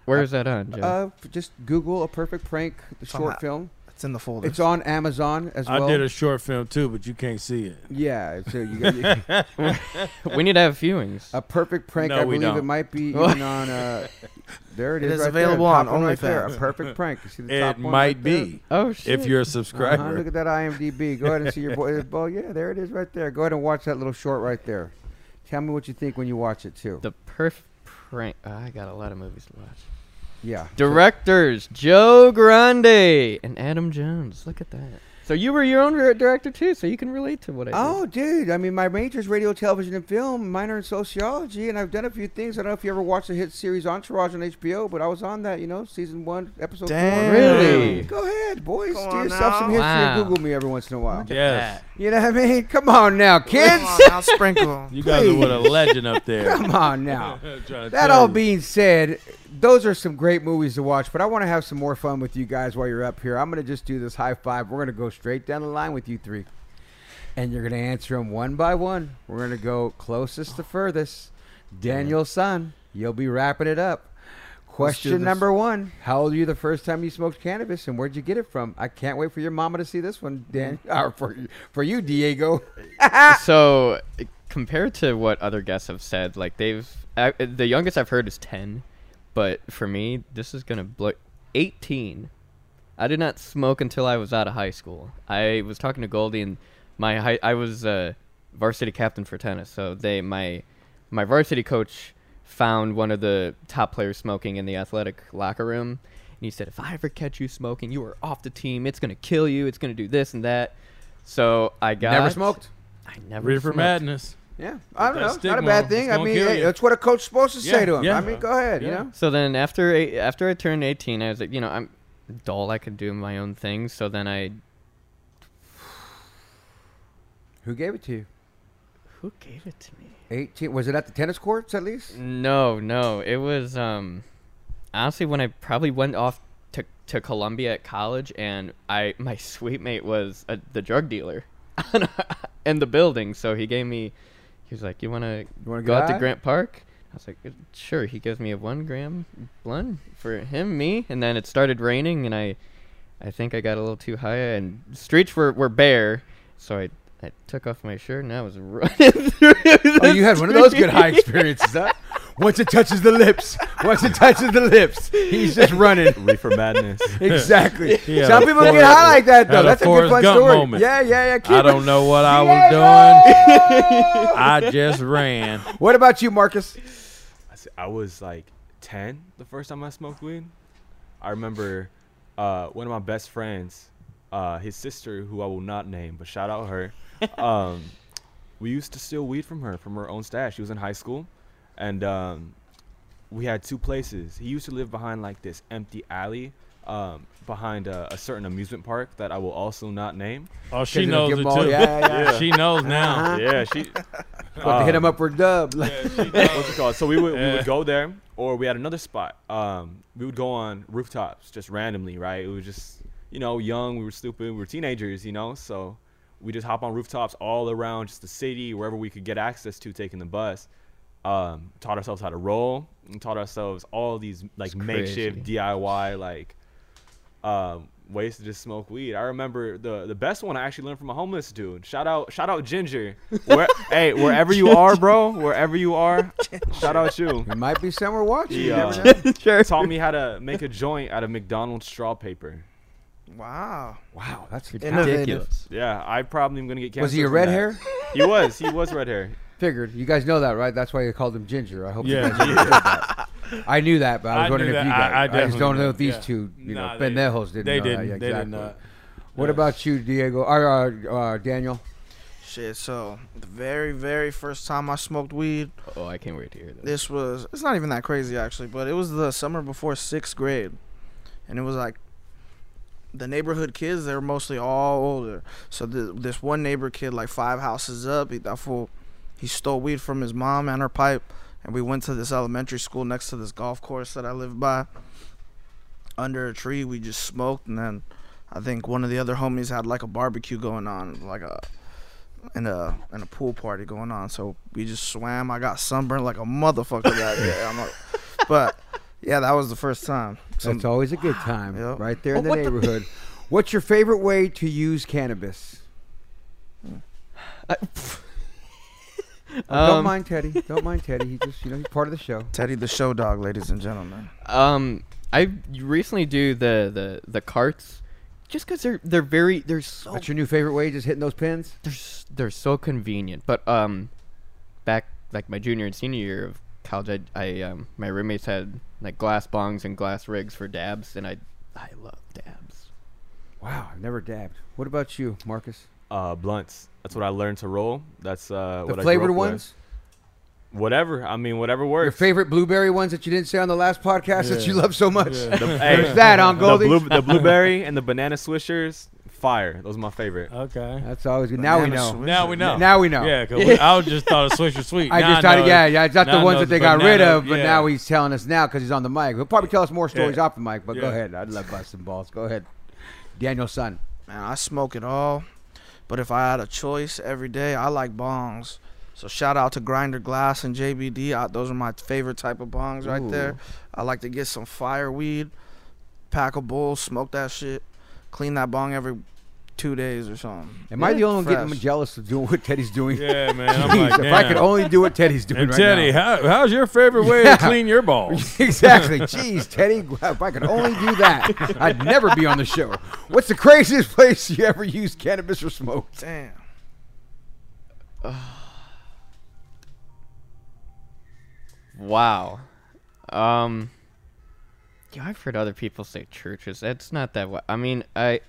[SPEAKER 6] Where is that on, Joe?
[SPEAKER 4] Uh, f- just Google "A Perfect Prank" the
[SPEAKER 5] It's on
[SPEAKER 4] short
[SPEAKER 5] that-
[SPEAKER 4] film.
[SPEAKER 5] It's in the folder.
[SPEAKER 4] It's on Amazon as well.
[SPEAKER 7] I did a short film too, but you can't see it.
[SPEAKER 4] Yeah, so you got
[SPEAKER 6] we need to have viewings.
[SPEAKER 4] A perfect prank. I
[SPEAKER 7] No, we
[SPEAKER 4] believe it
[SPEAKER 7] don't.
[SPEAKER 4] might be even on. Uh, there it
[SPEAKER 5] It
[SPEAKER 4] is.
[SPEAKER 5] is
[SPEAKER 4] right there,
[SPEAKER 5] available
[SPEAKER 4] top
[SPEAKER 5] on
[SPEAKER 4] one right there,
[SPEAKER 5] OnlyFans.
[SPEAKER 4] A perfect prank. You see the
[SPEAKER 7] It
[SPEAKER 4] top one
[SPEAKER 7] might
[SPEAKER 4] right there?
[SPEAKER 7] be, Oh, if shit. you're a subscriber.
[SPEAKER 4] Uh-huh, look at that IMDb. Go ahead and see your boy. Oh yeah, there it is right there. Go ahead and watch that little short right there. Tell me what you think when you watch it too.
[SPEAKER 6] The perfect prank. I got a lot of movies to watch.
[SPEAKER 4] Yeah.
[SPEAKER 6] Directors Joe Grande and Adam Jones. Look at that. So you were your own dir- director too, so you can relate to what I
[SPEAKER 4] Oh, dude! I mean, my major is radio, television, and film. Minor in sociology, and I've done a few things. I don't know if you ever watched the hit series Entourage on HBO, but I was on that. You know, season one, episode
[SPEAKER 5] Damn.
[SPEAKER 4] four.
[SPEAKER 6] Really?
[SPEAKER 4] Go ahead, boys.
[SPEAKER 5] Come
[SPEAKER 4] Do
[SPEAKER 5] on
[SPEAKER 4] yourself some
[SPEAKER 5] now.
[SPEAKER 4] history.
[SPEAKER 6] Wow.
[SPEAKER 4] and Google me every once in a while.
[SPEAKER 6] did.
[SPEAKER 7] Yes.
[SPEAKER 4] You know what I mean? Come on now, kids.
[SPEAKER 5] I'll sprinkle.
[SPEAKER 7] You guys are with a legend up there.
[SPEAKER 4] Come on now.
[SPEAKER 7] Trying to
[SPEAKER 4] That
[SPEAKER 7] tell
[SPEAKER 4] all
[SPEAKER 7] you.
[SPEAKER 4] being said, those are some great movies to watch, but I want to have some more fun with you guys while you're up here. I'm going to just do this high five. We're going to go straight down the line with you three, and you're going to answer them one by one. We're going to go closest to furthest. Daniel Sun, you'll be wrapping it up. Question
[SPEAKER 5] this.
[SPEAKER 4] number one How old were you the first time you smoked cannabis, and where'd you get it from? I can't wait for your mama to see this one, Dan.
[SPEAKER 7] Mm-hmm.
[SPEAKER 4] Or for, for you, Diego.
[SPEAKER 6] did. So uh, compared to what other guests have said, like they've I, uh, the youngest I've heard is ten, but for me this is gonna blow eighteen. I did not smoke until I was out of high school. I was talking to Goldie and my high, I was uh, varsity captain for tennis, so they my my varsity coach found one of the top players smoking in the athletic locker room and he said if i ever catch you smoking you are off the team it's going to kill you it's going to do this and that so i got
[SPEAKER 4] Never smoked?
[SPEAKER 6] i never
[SPEAKER 7] Ready for
[SPEAKER 6] smoked.
[SPEAKER 7] madness.
[SPEAKER 4] Yeah, I don't
[SPEAKER 7] that
[SPEAKER 4] know. It's not a
[SPEAKER 7] stigma
[SPEAKER 4] bad
[SPEAKER 7] on.
[SPEAKER 4] thing.
[SPEAKER 7] It's
[SPEAKER 4] I
[SPEAKER 7] gonna
[SPEAKER 4] mean,
[SPEAKER 7] kill
[SPEAKER 4] hey,
[SPEAKER 7] you.
[SPEAKER 4] that's what a coach's supposed to say
[SPEAKER 7] Yeah,
[SPEAKER 4] to him.
[SPEAKER 7] yeah.
[SPEAKER 4] I mean, go ahead. You
[SPEAKER 7] Yeah.
[SPEAKER 4] know,
[SPEAKER 6] So then after I- after I turned 18, I was like, you know, I'm dull. I could do my own thing. So then I
[SPEAKER 4] who gave it to you?
[SPEAKER 6] who gave it to me?
[SPEAKER 4] Eighteen? Was it at the tennis courts at least?
[SPEAKER 6] No, no, it was um honestly when I probably went off to to Columbia at college, and I my sweet mate was a, the drug dealer in the building, so he gave me. He was like, "You want to
[SPEAKER 4] wanna
[SPEAKER 6] go out
[SPEAKER 4] get high?"
[SPEAKER 6] to Grant Park?" I was like, "Uh, "Sure." He gives me a one gram blunt for him, me, and then it started raining, and I, I think I got a little too high, and streets were were bare, so I. I took off my shirt and I was running through.
[SPEAKER 4] Oh, you had one of those good high experiences, huh? Once it touches the lips, once it touches the lips, he's just running.
[SPEAKER 8] Reefer madness.
[SPEAKER 4] Exactly.
[SPEAKER 7] Yeah,
[SPEAKER 4] Some
[SPEAKER 7] the
[SPEAKER 4] people get
[SPEAKER 7] Forrest-
[SPEAKER 4] high like that, though.
[SPEAKER 7] had
[SPEAKER 4] That's a good
[SPEAKER 7] Forrest
[SPEAKER 4] fun
[SPEAKER 7] Gump
[SPEAKER 4] story.
[SPEAKER 7] moment.
[SPEAKER 4] Yeah, yeah, yeah.
[SPEAKER 7] I
[SPEAKER 4] keep it.
[SPEAKER 7] don't know what I was doing. I just ran.
[SPEAKER 4] What about you, Marcus?
[SPEAKER 8] I s- I was like 10 the first time I smoked weed. I remember uh, one of my best friends uh, his sister, who I will not name, but shout out her. um, we used to steal weed from her, from her own stash. She was in high school, and um, we had two places. He used to live behind like this empty alley. Um, behind a, a certain amusement park that I will also not name.
[SPEAKER 7] Oh, she knows it too. She knows now.
[SPEAKER 8] Yeah, she. Um,
[SPEAKER 4] About to hit him up for dub.
[SPEAKER 8] what's it called? So we would we
[SPEAKER 4] Yeah.
[SPEAKER 8] would go there, or we had another spot. Um, we would go on rooftops just randomly, right? It was just you know young, we were stupid, we were teenagers, you know. So we just hop on rooftops all around just the city, wherever we could get access to, taking the bus. Um, taught ourselves how to roll, and taught ourselves all these like makeshift
[SPEAKER 6] crazy.
[SPEAKER 8] DIY like um, ways to just smoke weed. I remember the the best one I actually learned from a homeless dude. Shout out, shout out Ginger. Where, hey, wherever you are, bro, wherever you are, shout out you.
[SPEAKER 4] There might be somewhere watching.
[SPEAKER 8] He
[SPEAKER 4] you
[SPEAKER 8] uh,
[SPEAKER 4] never know.
[SPEAKER 8] taught me how to make a joint out of McDonald's straw paper.
[SPEAKER 5] Wow.
[SPEAKER 4] Wow, that's
[SPEAKER 5] Ridiculous.
[SPEAKER 8] Yeah, I probably am gonna get canceled.
[SPEAKER 4] Was he a
[SPEAKER 8] from
[SPEAKER 4] red
[SPEAKER 8] that.
[SPEAKER 4] hair?
[SPEAKER 8] He was. He was red hair.
[SPEAKER 4] Figured. You guys know that, right? That's why you called him Ginger. I hope
[SPEAKER 8] Yeah.
[SPEAKER 4] you guys understood that. I knew that, but I was
[SPEAKER 7] I
[SPEAKER 4] wondering
[SPEAKER 7] knew
[SPEAKER 4] if you
[SPEAKER 7] that. I-
[SPEAKER 4] guys.
[SPEAKER 7] I
[SPEAKER 4] I, just
[SPEAKER 7] definitely
[SPEAKER 4] don't
[SPEAKER 7] knew
[SPEAKER 4] know
[SPEAKER 7] it.
[SPEAKER 4] if these
[SPEAKER 7] Yeah.
[SPEAKER 4] two, you
[SPEAKER 7] Nah,
[SPEAKER 4] know,
[SPEAKER 7] they-
[SPEAKER 4] Benejos didn't.
[SPEAKER 7] they
[SPEAKER 4] know that.
[SPEAKER 7] didn't.
[SPEAKER 4] Yeah,
[SPEAKER 7] They did
[SPEAKER 4] exactly.
[SPEAKER 7] not.
[SPEAKER 4] What about you, Diego? Or uh, uh, Daniel?
[SPEAKER 5] Shit, so the very, very first time I smoked weed,
[SPEAKER 6] Oh, I can't wait to hear this.
[SPEAKER 5] this was, it's not even that crazy actually, but it was the summer before sixth grade. And it was like, the neighborhood kids, they were mostly all older. So the, this one neighbor kid, like five houses up, he, that fool, he stole weed from his mom and her pipe. And we went to this elementary school next to this golf course that I lived by. Under a tree, we just smoked. And then I think one of the other homies had like a barbecue going on, like a and a and a pool party going on. So we just swam. I got sunburned like a motherfucker that day. I'm like, but yeah, that was the first time. So
[SPEAKER 4] That's always a good time,
[SPEAKER 5] Yep.
[SPEAKER 4] right there in the
[SPEAKER 5] What the-
[SPEAKER 4] neighborhood. What's your favorite way to use cannabis? don't
[SPEAKER 6] Um,
[SPEAKER 4] mind Teddy. Don't mind Teddy. He just, you know, he's part of the show.
[SPEAKER 5] Teddy the show dog, ladies and gentlemen.
[SPEAKER 6] Um, I recently do the the the carts, just because they're they're very they're so
[SPEAKER 4] That's your new favorite way, just hitting those pins.
[SPEAKER 6] they're s- they're so convenient. But um, back like my junior and senior year of college, I, I um my roommates had like glass bongs and glass rigs for dabs, and I I love dabs.
[SPEAKER 4] Wow, I've never dabbed. What about you, Marcus?
[SPEAKER 8] Uh, blunts. That's what I learned to roll. That's uh,
[SPEAKER 4] The
[SPEAKER 8] what I
[SPEAKER 4] flavored
[SPEAKER 8] grew up with.
[SPEAKER 4] ones?
[SPEAKER 8] Whatever. I mean, whatever works.
[SPEAKER 4] Your favorite blueberry ones that you didn't say on the last podcast that you
[SPEAKER 8] Yeah.
[SPEAKER 4] love so much.
[SPEAKER 8] Yeah. The-
[SPEAKER 4] There's
[SPEAKER 8] hey,
[SPEAKER 4] that on
[SPEAKER 8] the
[SPEAKER 4] Goldie.
[SPEAKER 8] blue- The, blueberry and the banana swishers, fire. Those are my favorite.
[SPEAKER 7] Okay.
[SPEAKER 4] That's always good. Now we
[SPEAKER 7] Banana
[SPEAKER 4] know.
[SPEAKER 7] Swisher. Now we know.
[SPEAKER 4] Now we know.
[SPEAKER 7] Yeah, 'cause we- I just thought of Swisher Sweet.
[SPEAKER 4] I
[SPEAKER 7] Now I
[SPEAKER 4] just thought,
[SPEAKER 7] know
[SPEAKER 4] yeah,
[SPEAKER 7] it's-
[SPEAKER 4] yeah, it's not
[SPEAKER 7] now
[SPEAKER 4] the
[SPEAKER 7] I
[SPEAKER 4] ones
[SPEAKER 7] know
[SPEAKER 4] that
[SPEAKER 7] it's
[SPEAKER 4] they got rid
[SPEAKER 7] banana,
[SPEAKER 4] of, but
[SPEAKER 7] yeah.
[SPEAKER 4] now he's telling us now because he's on the mic. He'll probably tell us more stories
[SPEAKER 5] Yeah.
[SPEAKER 4] off the mic, but go
[SPEAKER 5] Yeah.
[SPEAKER 4] ahead. I'd love busting balls. Go ahead. Daniel's son.
[SPEAKER 5] Man, I smoke it all, but if I had a choice every day, I like bongs. So shout out to Grinder Glass and JBD. I, those are my favorite type of bongs right
[SPEAKER 4] Ooh.
[SPEAKER 5] there. I like to get some fireweed, pack a bowl, smoke that shit, clean that bong every two days or something.
[SPEAKER 4] Am I the only one getting
[SPEAKER 5] Fresh.
[SPEAKER 4] jealous of doing what Teddy's doing?
[SPEAKER 7] Yeah, man, I'm like,
[SPEAKER 4] if I could
[SPEAKER 7] damn.
[SPEAKER 4] only do what Teddy's doing
[SPEAKER 7] And
[SPEAKER 4] right
[SPEAKER 7] Teddy,
[SPEAKER 4] now.
[SPEAKER 7] how, how's your favorite way
[SPEAKER 4] Yeah.
[SPEAKER 7] to clean your balls?
[SPEAKER 4] exactly. Jeez, Teddy, if I could only do that, I'd never be on the show. What's the craziest place you ever used cannabis or smoked?
[SPEAKER 5] Damn.
[SPEAKER 6] Wow. Um. Yeah, I've heard other people say churches. That's not that. Wa- I mean, I.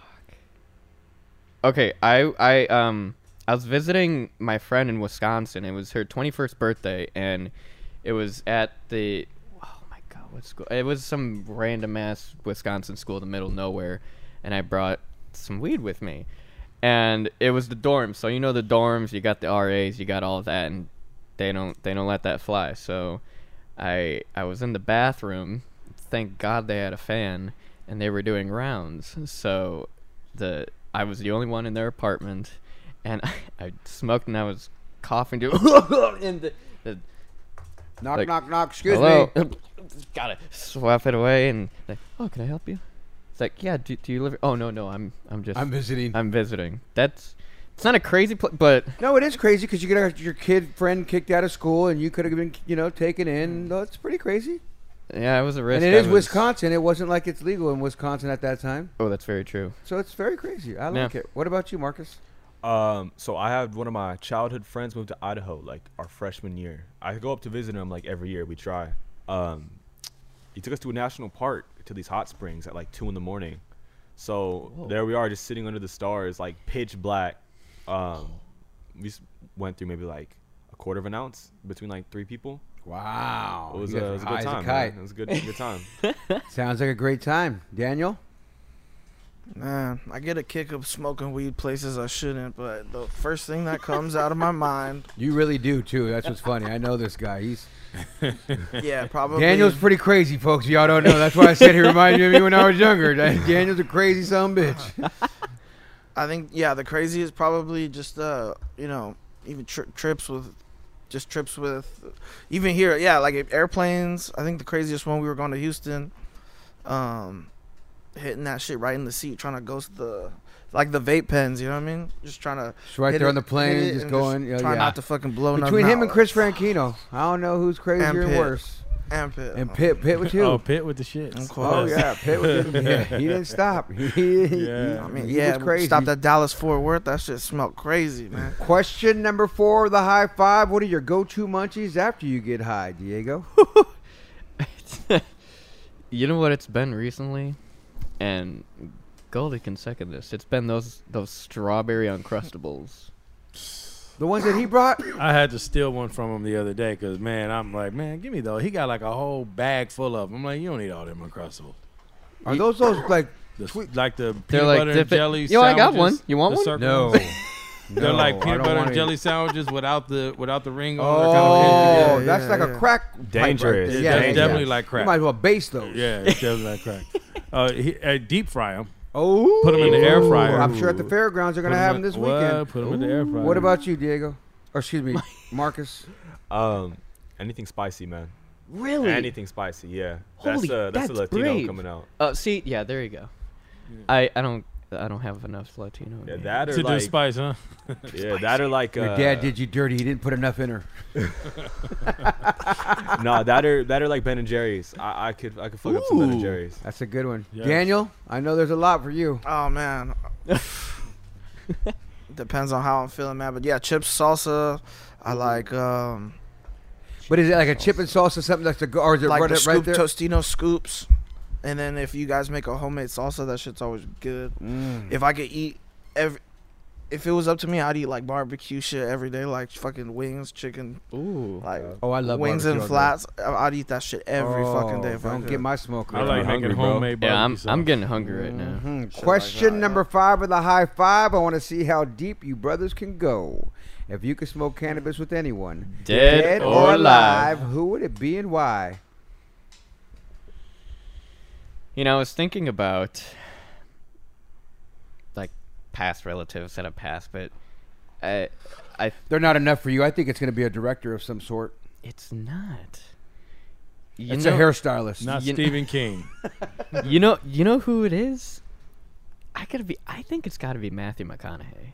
[SPEAKER 6] Fuck. Okay, I I um I was visiting my friend in Wisconsin. It was her twenty first birthday, and it was at the oh my god, what school? It was some random ass Wisconsin school in the middle of nowhere, and I brought some weed with me, and it was the dorms. So you know the dorms, you got the RAs, you got all of that, and they don't they don't let that fly. So I I was in the bathroom. Thank God they had a fan and they were doing rounds. So the I was the only one in their apartment and I, smoked and I was coughing to and the, the
[SPEAKER 4] Knock,
[SPEAKER 6] like,
[SPEAKER 4] knock, knock. Excuse
[SPEAKER 6] hello.
[SPEAKER 4] me.
[SPEAKER 6] Gotta swap it away and like, oh, can I help you? It's like, yeah. Do, do you live? Oh no, no. I'm I'm just
[SPEAKER 4] I'm visiting.
[SPEAKER 6] I'm visiting. That's it's not a crazy place, but
[SPEAKER 4] No, it is crazy because you could have your kid friend kicked out of school and you could have been, you know, taken in. That's pretty crazy.
[SPEAKER 6] yeah, it was a risk.
[SPEAKER 4] and it
[SPEAKER 6] I
[SPEAKER 4] is
[SPEAKER 6] was-
[SPEAKER 4] Wisconsin. It wasn't like it's legal in Wisconsin at that time.
[SPEAKER 6] Oh, that's very true.
[SPEAKER 4] So it's very crazy. I
[SPEAKER 6] Yeah.
[SPEAKER 4] like it. What about you, Marcus?
[SPEAKER 8] Um, so I had one of my childhood friends move to Idaho like our freshman year. I go up to visit him like every year. We try. Um, he took us to a national park to these hot springs at like two in the morning. So there we are, just sitting under the stars, like pitch black. Um, we s- went through maybe like a quarter of an ounce between like three people.
[SPEAKER 4] Wow,
[SPEAKER 8] it was,
[SPEAKER 4] you guys
[SPEAKER 8] uh, it
[SPEAKER 4] were
[SPEAKER 8] was a
[SPEAKER 4] high
[SPEAKER 8] good
[SPEAKER 4] as a
[SPEAKER 8] time.
[SPEAKER 4] kite.
[SPEAKER 8] man. It was a good, good time.
[SPEAKER 4] Sounds like a great time, Daniel.
[SPEAKER 5] Man, I get a kick of smoking weed places I shouldn't, but the first thing that comes out of my mind,
[SPEAKER 4] You really do too. That's what's funny. I know this guy. He's
[SPEAKER 5] yeah, probably
[SPEAKER 4] Daniel's pretty crazy, folks. Y'all don't know. That's why I said he reminded me of me when I was younger. Daniel's a crazy son of a bitch.
[SPEAKER 5] I think yeah, the craziest probably just uh you know even tri- trips with, just trips with, even here yeah like if airplanes. I think the craziest one we were going to Houston, um, hitting that shit right in the seat, trying to ghost the like the vape pens. You know what I mean? Just trying to
[SPEAKER 4] Just right
[SPEAKER 5] hit
[SPEAKER 4] there
[SPEAKER 5] it-
[SPEAKER 4] on the plane,
[SPEAKER 5] hit it
[SPEAKER 4] just
[SPEAKER 5] and
[SPEAKER 4] going. yeah,
[SPEAKER 5] trying
[SPEAKER 4] yeah.
[SPEAKER 5] not to fucking blow nothing
[SPEAKER 4] Between him
[SPEAKER 5] out.
[SPEAKER 4] and Chris Franchino, I don't know who's crazier
[SPEAKER 5] And
[SPEAKER 4] and,
[SPEAKER 5] Pitt.
[SPEAKER 4] worse.
[SPEAKER 5] And Pitt.
[SPEAKER 4] And Pitt, Pitt with you.
[SPEAKER 7] Oh, Pitt with the shit.
[SPEAKER 5] Of
[SPEAKER 4] Oh
[SPEAKER 5] course.
[SPEAKER 4] yeah, Pitt with you. Yeah, he didn't stop. He, he- he-
[SPEAKER 5] I mean,
[SPEAKER 4] he
[SPEAKER 5] yeah,
[SPEAKER 4] was crazy.
[SPEAKER 5] stopped at Dallas Fort Worth. That shit smelled crazy, man.
[SPEAKER 4] Question number four, the high five. What are your go-to munchies after you get high, Diego?
[SPEAKER 6] You know what it's been recently, and Goldie can second this. It's been those those strawberry uncrustables.
[SPEAKER 4] The ones that he brought.
[SPEAKER 7] I had to steal one from him the other day because man, I'm like, man, give me those. He got like a whole bag full of them. I'm like, you don't need all them uncrustables.
[SPEAKER 4] Are those those like?
[SPEAKER 7] The, s- like the peanut
[SPEAKER 6] They're like
[SPEAKER 7] butter and
[SPEAKER 6] dip it-
[SPEAKER 7] jelly.
[SPEAKER 6] Yo, I got
[SPEAKER 7] sandwiches,
[SPEAKER 6] one. You want
[SPEAKER 7] the
[SPEAKER 6] one?
[SPEAKER 7] circle
[SPEAKER 4] No.
[SPEAKER 7] ones. They're
[SPEAKER 4] No, I
[SPEAKER 7] like
[SPEAKER 4] don't
[SPEAKER 7] peanut butter
[SPEAKER 4] want
[SPEAKER 7] and
[SPEAKER 4] it.
[SPEAKER 7] jelly sandwiches without the without the ring on. They're kind
[SPEAKER 4] Oh,
[SPEAKER 7] of-
[SPEAKER 4] that's
[SPEAKER 5] yeah,
[SPEAKER 4] like
[SPEAKER 5] yeah.
[SPEAKER 4] a crack. pipe
[SPEAKER 8] Dangerous.
[SPEAKER 4] right there.
[SPEAKER 8] It's
[SPEAKER 4] Yeah,
[SPEAKER 7] dangerous.
[SPEAKER 4] yeah,
[SPEAKER 7] Definitely
[SPEAKER 4] yeah.
[SPEAKER 7] like crack.
[SPEAKER 4] You might as well base those.
[SPEAKER 7] yeah, it's definitely like crack. Uh, he, uh, deep fry them.
[SPEAKER 4] Oh,
[SPEAKER 7] Put 'em in the air fryer.
[SPEAKER 4] I'm sure at the fairgrounds they're gonna have them this weekend.
[SPEAKER 7] Put them in the air fryer.
[SPEAKER 4] What about you, Diego? Or excuse me, Marcus.
[SPEAKER 8] Um, anything spicy, man.
[SPEAKER 6] Really?
[SPEAKER 8] Anything spicy, yeah.
[SPEAKER 6] Holy,
[SPEAKER 8] that's a that's, a Latino
[SPEAKER 6] brave.
[SPEAKER 8] coming out.
[SPEAKER 6] Uh, see, yeah, there you go. I, I don't I don't have enough Latino. in
[SPEAKER 8] Yeah,
[SPEAKER 6] me.
[SPEAKER 8] that or
[SPEAKER 7] to do
[SPEAKER 8] like
[SPEAKER 7] spice, huh?
[SPEAKER 8] yeah, that or like
[SPEAKER 4] Your
[SPEAKER 8] uh,
[SPEAKER 4] dad did you dirty. He didn't put enough in her.
[SPEAKER 8] No, that or that or like Ben and Jerry's. I, I could I could fuck up some Ben and
[SPEAKER 6] Ooh.
[SPEAKER 8] Jerry's.
[SPEAKER 4] That's a good one.
[SPEAKER 7] Yes.
[SPEAKER 4] Daniel, I know there's a lot for you.
[SPEAKER 5] Oh man. Depends on how I'm feeling, man. But yeah, chips, salsa. I like um
[SPEAKER 4] But is it like a chip and sauce or something that's the go- or is it
[SPEAKER 5] like
[SPEAKER 4] right,
[SPEAKER 5] the
[SPEAKER 4] right
[SPEAKER 5] scoop
[SPEAKER 4] there?
[SPEAKER 5] Tostino scoops. And then if you guys make a homemade salsa, that shit's always good.
[SPEAKER 4] Mm.
[SPEAKER 5] If I could eat every if it was up to me, I'd eat like barbecue shit every day, like fucking wings, chicken,
[SPEAKER 6] Ooh.
[SPEAKER 5] like
[SPEAKER 4] Oh, I love
[SPEAKER 5] wings
[SPEAKER 4] barbecue
[SPEAKER 5] and
[SPEAKER 4] all day.
[SPEAKER 5] flats. I- I'd eat that shit every fucking
[SPEAKER 4] Oh,
[SPEAKER 5] day. If I
[SPEAKER 4] Don't
[SPEAKER 5] could.
[SPEAKER 4] get my smoke.
[SPEAKER 7] I
[SPEAKER 4] right
[SPEAKER 7] like
[SPEAKER 4] now.
[SPEAKER 7] making
[SPEAKER 8] hungry, bro. Mm-hmm,
[SPEAKER 7] homemade barbecue
[SPEAKER 6] Yeah, I'm
[SPEAKER 7] sauce.
[SPEAKER 6] I'm getting hungry right now.
[SPEAKER 4] Hmm, Question number five of the high five. I want to see how deep you brothers can go. If you could smoke cannabis with anyone,
[SPEAKER 6] Dead or alive.
[SPEAKER 4] who would it be and why?
[SPEAKER 6] You know, I was thinking about like past relatives that have passed, but I I
[SPEAKER 4] They're not enough for you. I think it's going to be a director of some sort.
[SPEAKER 6] it's not. You
[SPEAKER 4] It's
[SPEAKER 6] know,
[SPEAKER 4] a hairstylist.
[SPEAKER 7] Not
[SPEAKER 6] You-
[SPEAKER 7] Stephen King.
[SPEAKER 6] you know you know who it is. I gotta be. I think it's gotta be Matthew McConaughey.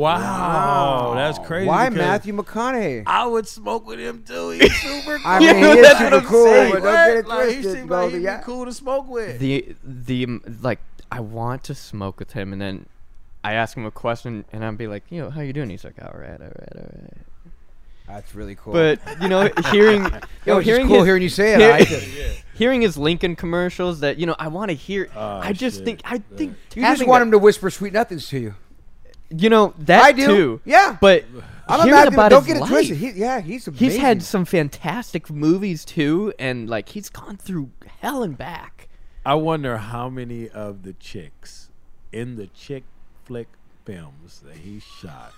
[SPEAKER 7] Wow, that's crazy.
[SPEAKER 4] Why
[SPEAKER 7] because
[SPEAKER 4] Matthew McConaughey?
[SPEAKER 7] I would smoke with him too. He's super cool.
[SPEAKER 4] I mean, he is super cool, but don't get it
[SPEAKER 7] Like, he
[SPEAKER 4] twisted,
[SPEAKER 7] seemed
[SPEAKER 4] bro.
[SPEAKER 7] like he'd
[SPEAKER 4] Yeah.
[SPEAKER 7] be cool to smoke with.
[SPEAKER 6] The the um, like I want to smoke with him, and then I ask him a question, and I'd be like, you know, how you doing? He's like, all right, all right, all right.
[SPEAKER 4] That's really cool.
[SPEAKER 6] But you know, hearing you know,
[SPEAKER 4] Yo, it's just
[SPEAKER 6] hearing
[SPEAKER 4] cool
[SPEAKER 6] his,
[SPEAKER 4] hearing you say it.
[SPEAKER 6] hear-
[SPEAKER 4] I just-
[SPEAKER 6] hearing his Lincoln commercials that you know I want to hear.
[SPEAKER 7] Oh,
[SPEAKER 6] I just
[SPEAKER 7] shit.
[SPEAKER 6] think I think
[SPEAKER 4] you just want him to whisper sweet nothings to you.
[SPEAKER 6] You know that
[SPEAKER 4] I do,
[SPEAKER 6] too.
[SPEAKER 4] yeah.
[SPEAKER 6] But
[SPEAKER 4] I'm
[SPEAKER 6] hearing
[SPEAKER 4] Matthew-
[SPEAKER 6] about
[SPEAKER 4] Don't
[SPEAKER 6] his
[SPEAKER 4] get it
[SPEAKER 6] life,
[SPEAKER 4] twisted. He, yeah, he's amazing.
[SPEAKER 6] he's had some fantastic movies too, and like he's gone through hell and back.
[SPEAKER 7] I wonder how many of the chicks in the chick flick films that he shot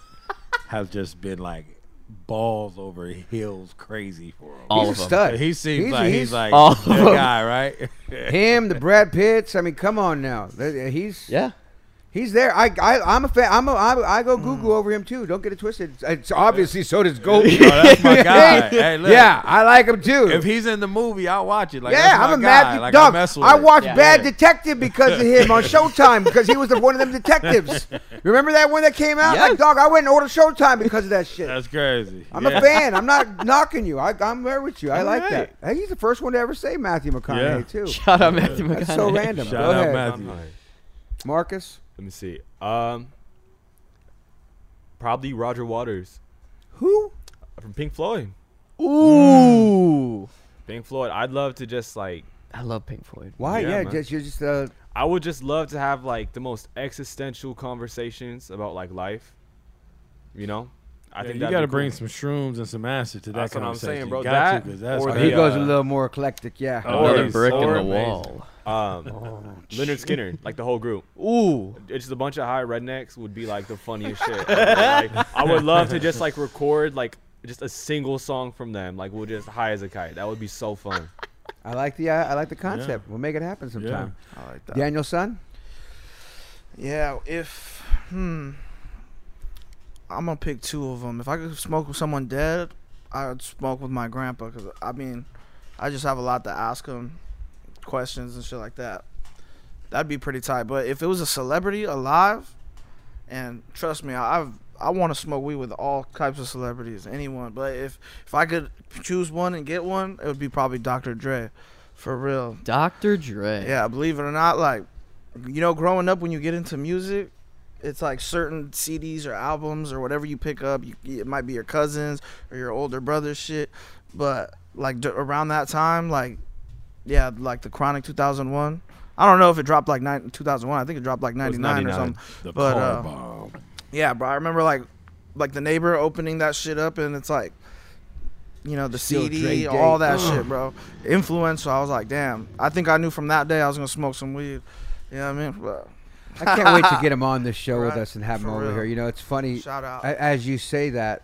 [SPEAKER 7] have just been like balls over heels crazy for him.
[SPEAKER 4] He's
[SPEAKER 6] All
[SPEAKER 4] a
[SPEAKER 6] of 'em.
[SPEAKER 4] stud.
[SPEAKER 7] He seems
[SPEAKER 4] He's-
[SPEAKER 7] like he's,
[SPEAKER 4] he's-
[SPEAKER 7] like
[SPEAKER 6] All of
[SPEAKER 7] that
[SPEAKER 6] 'em.
[SPEAKER 7] guy, right?
[SPEAKER 4] him, the Brad Pitts. I mean, come on now. Th- uh, He's
[SPEAKER 6] Yeah.
[SPEAKER 4] He's there. I, I I'm a fan. I'm a, I, I go Google
[SPEAKER 6] Mm.
[SPEAKER 4] over him too. Don't get it twisted. It's obviously so does Goldie.
[SPEAKER 7] Oh, that's my guy. Hey, look.
[SPEAKER 4] yeah, I like him too.
[SPEAKER 7] If he's in the movie, I'll watch it. Like,
[SPEAKER 4] yeah,
[SPEAKER 7] that's my
[SPEAKER 4] I'm a
[SPEAKER 7] guy.
[SPEAKER 4] Matthew
[SPEAKER 7] like,
[SPEAKER 4] dog.
[SPEAKER 7] I,
[SPEAKER 4] I,
[SPEAKER 7] mess with it.
[SPEAKER 4] watched
[SPEAKER 6] Yeah.
[SPEAKER 4] Bad Detective because of him on Showtime because he was the, one of them detectives. Remember that one that came out? Like
[SPEAKER 6] Yes.
[SPEAKER 4] dog, I went and ordered Showtime because of that shit.
[SPEAKER 7] That's crazy.
[SPEAKER 4] I'm
[SPEAKER 7] Yeah.
[SPEAKER 4] a fan. I'm not knocking you. I, I'm there with you. I
[SPEAKER 7] All
[SPEAKER 4] like
[SPEAKER 7] right.
[SPEAKER 4] that. Hey, he's the first one to ever say Matthew McConaughey
[SPEAKER 7] Yeah.
[SPEAKER 4] too.
[SPEAKER 6] Shout out Matthew McConaughey.
[SPEAKER 4] That's so random.
[SPEAKER 7] Shout
[SPEAKER 4] go
[SPEAKER 7] out
[SPEAKER 4] ahead,
[SPEAKER 7] Matthew.
[SPEAKER 8] All right.
[SPEAKER 4] Marcus.
[SPEAKER 8] Let me see. Um, probably Roger Waters
[SPEAKER 4] Who?
[SPEAKER 8] from Pink Floyd.
[SPEAKER 6] Ooh.
[SPEAKER 8] Pink Floyd. I'd love to just like
[SPEAKER 6] I love Pink Floyd.
[SPEAKER 4] Why? Yeah,
[SPEAKER 8] man.
[SPEAKER 4] just you're just uh,
[SPEAKER 8] I would just love to have like the most existential conversations about like life. You know, I
[SPEAKER 7] I think
[SPEAKER 8] think
[SPEAKER 7] you
[SPEAKER 8] that'd
[SPEAKER 7] got to
[SPEAKER 8] be
[SPEAKER 7] bring
[SPEAKER 8] cool.
[SPEAKER 7] some shrooms and some acid to that
[SPEAKER 8] That's what I'm
[SPEAKER 7] conversation.
[SPEAKER 8] saying,
[SPEAKER 7] You
[SPEAKER 8] bro.
[SPEAKER 7] Got
[SPEAKER 8] That
[SPEAKER 7] to, 'cause that's
[SPEAKER 8] or
[SPEAKER 7] what
[SPEAKER 8] the,
[SPEAKER 4] he goes a
[SPEAKER 8] uh,
[SPEAKER 4] little more eclectic. Yeah,
[SPEAKER 7] uh,
[SPEAKER 4] Oh,
[SPEAKER 6] Another
[SPEAKER 8] Or-
[SPEAKER 6] brick in
[SPEAKER 8] or-
[SPEAKER 6] the wall.
[SPEAKER 8] Um, Leonard Skinner, like the whole group.
[SPEAKER 6] Ooh.
[SPEAKER 8] It's just a bunch of high rednecks would be like the funniest shit. Like, I would love to just like record like just a single song from them. Like we'll just high as a kite. That would be so fun.
[SPEAKER 4] I like the uh, I like the concept. We'll make it happen sometime.
[SPEAKER 5] I like that.
[SPEAKER 4] Daniel son,
[SPEAKER 5] Yeah, if hmm, I'm gonna pick two of them. If I could smoke with someone dead, I'd smoke with my grandpa. Cause I mean, I just have a lot to ask him, questions and shit like that. That'd be pretty tight. But if it was a celebrity alive, and trust me, I've I want to smoke weed with all types of celebrities, anyone. But if if I could choose one and get one, it would be probably Dr. Dre, for real.
[SPEAKER 6] Dr. Dre.
[SPEAKER 5] Yeah, believe it or not, like you know, growing up when you get into music, it's like certain CDs or albums or whatever you pick up. You, it might be your cousins or your older brother's shit, but like d- around that time, like yeah, like the Chronic 2001. I don't know if it dropped like nine, 2001. I think it dropped like 99, or
[SPEAKER 8] 99.
[SPEAKER 5] something.
[SPEAKER 7] The
[SPEAKER 5] but
[SPEAKER 7] car
[SPEAKER 5] uh,
[SPEAKER 7] bomb.
[SPEAKER 5] yeah, bro, I remember like like the neighbor opening that shit up and it's like you know, the
[SPEAKER 4] Still
[SPEAKER 5] CD,
[SPEAKER 4] Drake
[SPEAKER 5] all
[SPEAKER 4] Day.
[SPEAKER 5] that shit, bro. Influential. I was like, damn. I think I knew from that day I was gonna smoke some weed. You know what I mean? But
[SPEAKER 4] I can't wait to get him on this show with
[SPEAKER 5] Right,
[SPEAKER 4] us and have him
[SPEAKER 5] for
[SPEAKER 4] over
[SPEAKER 5] real.
[SPEAKER 4] here. You know, it's funny.
[SPEAKER 5] Shout out.
[SPEAKER 4] a- as you say that,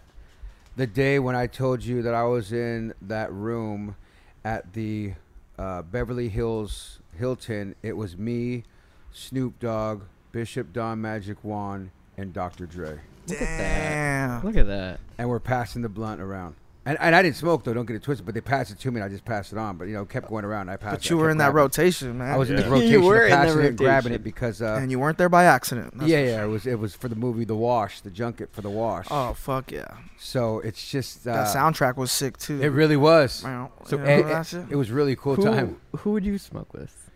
[SPEAKER 4] the day when I told you that I was in that room at the uh, Beverly Hills Hilton, it was me, Snoop Dogg, Bishop Don Magic Wand, and Dr. Dre.
[SPEAKER 6] Look at that.
[SPEAKER 5] damn.
[SPEAKER 6] Look at that.
[SPEAKER 4] and we're passing the blunt around. And, and I didn't smoke though. Don't get it twisted. But they passed it to me, and I just passed it on. But you know, kept going around. I passed.
[SPEAKER 5] But
[SPEAKER 4] it,
[SPEAKER 5] you
[SPEAKER 4] I
[SPEAKER 5] were
[SPEAKER 4] kept
[SPEAKER 5] in that
[SPEAKER 4] grabbing it.
[SPEAKER 5] rotation, man.
[SPEAKER 4] I was in the
[SPEAKER 8] Yeah.
[SPEAKER 4] rotation,
[SPEAKER 6] You were in the
[SPEAKER 4] passing it and grabbing
[SPEAKER 6] rotation.
[SPEAKER 4] it because. Uh,
[SPEAKER 5] and you weren't there by accident. That's
[SPEAKER 4] yeah,
[SPEAKER 5] for
[SPEAKER 4] yeah,
[SPEAKER 5] sure.
[SPEAKER 4] it was it was for the movie The Wash, the junket for The Wash.
[SPEAKER 5] Oh fuck yeah.
[SPEAKER 4] So it's just uh,
[SPEAKER 5] That soundtrack was sick too.
[SPEAKER 4] It really was.
[SPEAKER 5] Wow.
[SPEAKER 4] So
[SPEAKER 5] You
[SPEAKER 4] it,
[SPEAKER 5] remember that
[SPEAKER 4] it,
[SPEAKER 5] shit?
[SPEAKER 4] it was really cool
[SPEAKER 6] Who,
[SPEAKER 4] time.
[SPEAKER 6] who would you smoke with?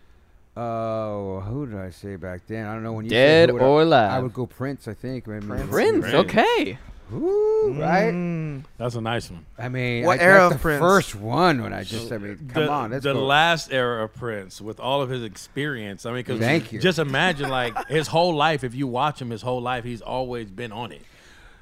[SPEAKER 4] Oh, who did I say back then? I don't know when you said
[SPEAKER 6] Dead
[SPEAKER 4] who would I-
[SPEAKER 6] or alive?
[SPEAKER 4] I would go Prince, I think. Maybe.
[SPEAKER 5] Prince.
[SPEAKER 6] Prince.
[SPEAKER 7] Prince.
[SPEAKER 6] Okay.
[SPEAKER 4] Ooh, right?
[SPEAKER 7] Hmm.
[SPEAKER 5] Mm.
[SPEAKER 7] That's a nice one.
[SPEAKER 4] I mean,
[SPEAKER 5] What
[SPEAKER 4] I,
[SPEAKER 5] era
[SPEAKER 4] that's
[SPEAKER 5] of
[SPEAKER 4] the
[SPEAKER 5] Prince?
[SPEAKER 4] First one when I just. I mean, come
[SPEAKER 7] the,
[SPEAKER 4] on, that's
[SPEAKER 7] the
[SPEAKER 4] cool.
[SPEAKER 7] last era of Prince with all of his experience. I mean, because
[SPEAKER 4] Thank you.
[SPEAKER 7] just imagine like his whole life. If you watch him, his whole life, he's always been on it.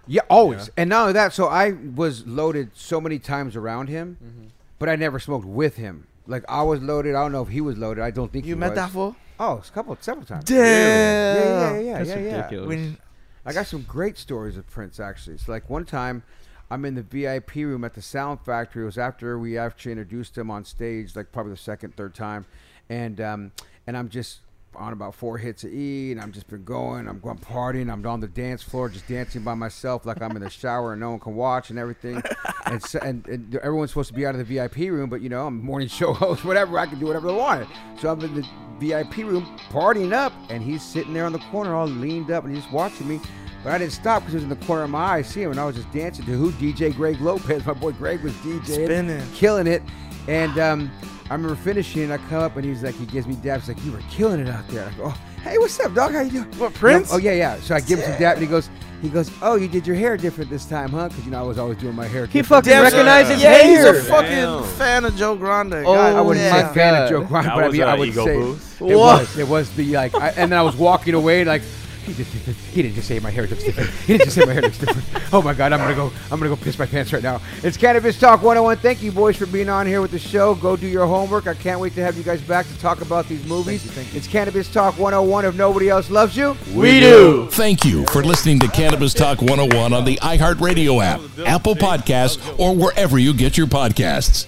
[SPEAKER 4] Yeah, always. And not only that, so I was loaded so many times around him,
[SPEAKER 5] Mm-hmm.
[SPEAKER 4] but I never smoked with him. Like I was loaded. I don't know if he was loaded. I don't think
[SPEAKER 5] You
[SPEAKER 4] he
[SPEAKER 5] met
[SPEAKER 4] was.
[SPEAKER 5] that fool?
[SPEAKER 4] Oh, it's a couple, several times.
[SPEAKER 5] Damn.
[SPEAKER 4] Yeah, yeah, yeah,
[SPEAKER 6] That's
[SPEAKER 4] yeah, yeah.
[SPEAKER 6] ridiculous.
[SPEAKER 5] When-
[SPEAKER 4] I got some great stories of Prince actually. It's like one time I'm in the VIP room at the Sound Factory. It was after we actually introduced him on stage, like probably the second, third time, and um, and I'm just on about four hits of E, and I'm just been going. I'm going partying. I'm on the dance floor, just dancing by myself, like I'm in the shower and no one can watch and everything. and, so, and and everyone's supposed to be out of the VIP room, but you know I'm a morning show host, whatever. I can do whatever I want. So I'm in the VIP room partying up, and he's sitting there on the corner, all leaned up, and he's watching me. But I didn't stop because it was in the corner of my eye. I see him, and I was just dancing to who? DJ Greg Lopez. My boy Greg was DJing,
[SPEAKER 5] Spinning.
[SPEAKER 4] killing it. And um, I remember finishing, and I come up, and he's like, he gives me dabs, like, you were killing it out there. I go, oh, hey, what's up, dog? How you doing?
[SPEAKER 5] What, Prince?
[SPEAKER 4] Oh yeah, yeah. So I give him some dab, and he goes, he goes, oh, you did your hair different this time, huh? Because you know I was always doing my hair.
[SPEAKER 6] He
[SPEAKER 4] different.
[SPEAKER 6] fucking
[SPEAKER 5] Damn,
[SPEAKER 6] recognized his
[SPEAKER 5] yeah, he's a
[SPEAKER 6] hair.
[SPEAKER 5] fucking
[SPEAKER 8] Damn.
[SPEAKER 5] fan of Joe Grande. Oh,
[SPEAKER 4] I wouldn't
[SPEAKER 6] Yeah.
[SPEAKER 4] say
[SPEAKER 6] My
[SPEAKER 4] fan
[SPEAKER 6] God.
[SPEAKER 4] of Joe Grime,
[SPEAKER 8] That
[SPEAKER 4] but I
[SPEAKER 8] was
[SPEAKER 4] mean,
[SPEAKER 8] a
[SPEAKER 4] I would
[SPEAKER 8] ego
[SPEAKER 4] say
[SPEAKER 8] boost.
[SPEAKER 4] it
[SPEAKER 5] Whoa.
[SPEAKER 4] was. It was the like, I, and then I was walking away like. He, just, he didn't just say my hair looks different. He didn't just say my hair looks different. Oh my God, I'm gonna go. I'm gonna go piss my pants right now. It's Cannabis Talk 101. Thank you, boys, for being on here with the show. Go do your homework. I can't wait to have you guys back to talk about these movies. It's Cannabis Talk 101. If nobody else loves you,
[SPEAKER 3] We do. Thank you for listening to Cannabis Talk 101 on the iHeartRadio app, Apple Podcasts, or wherever you get your podcasts.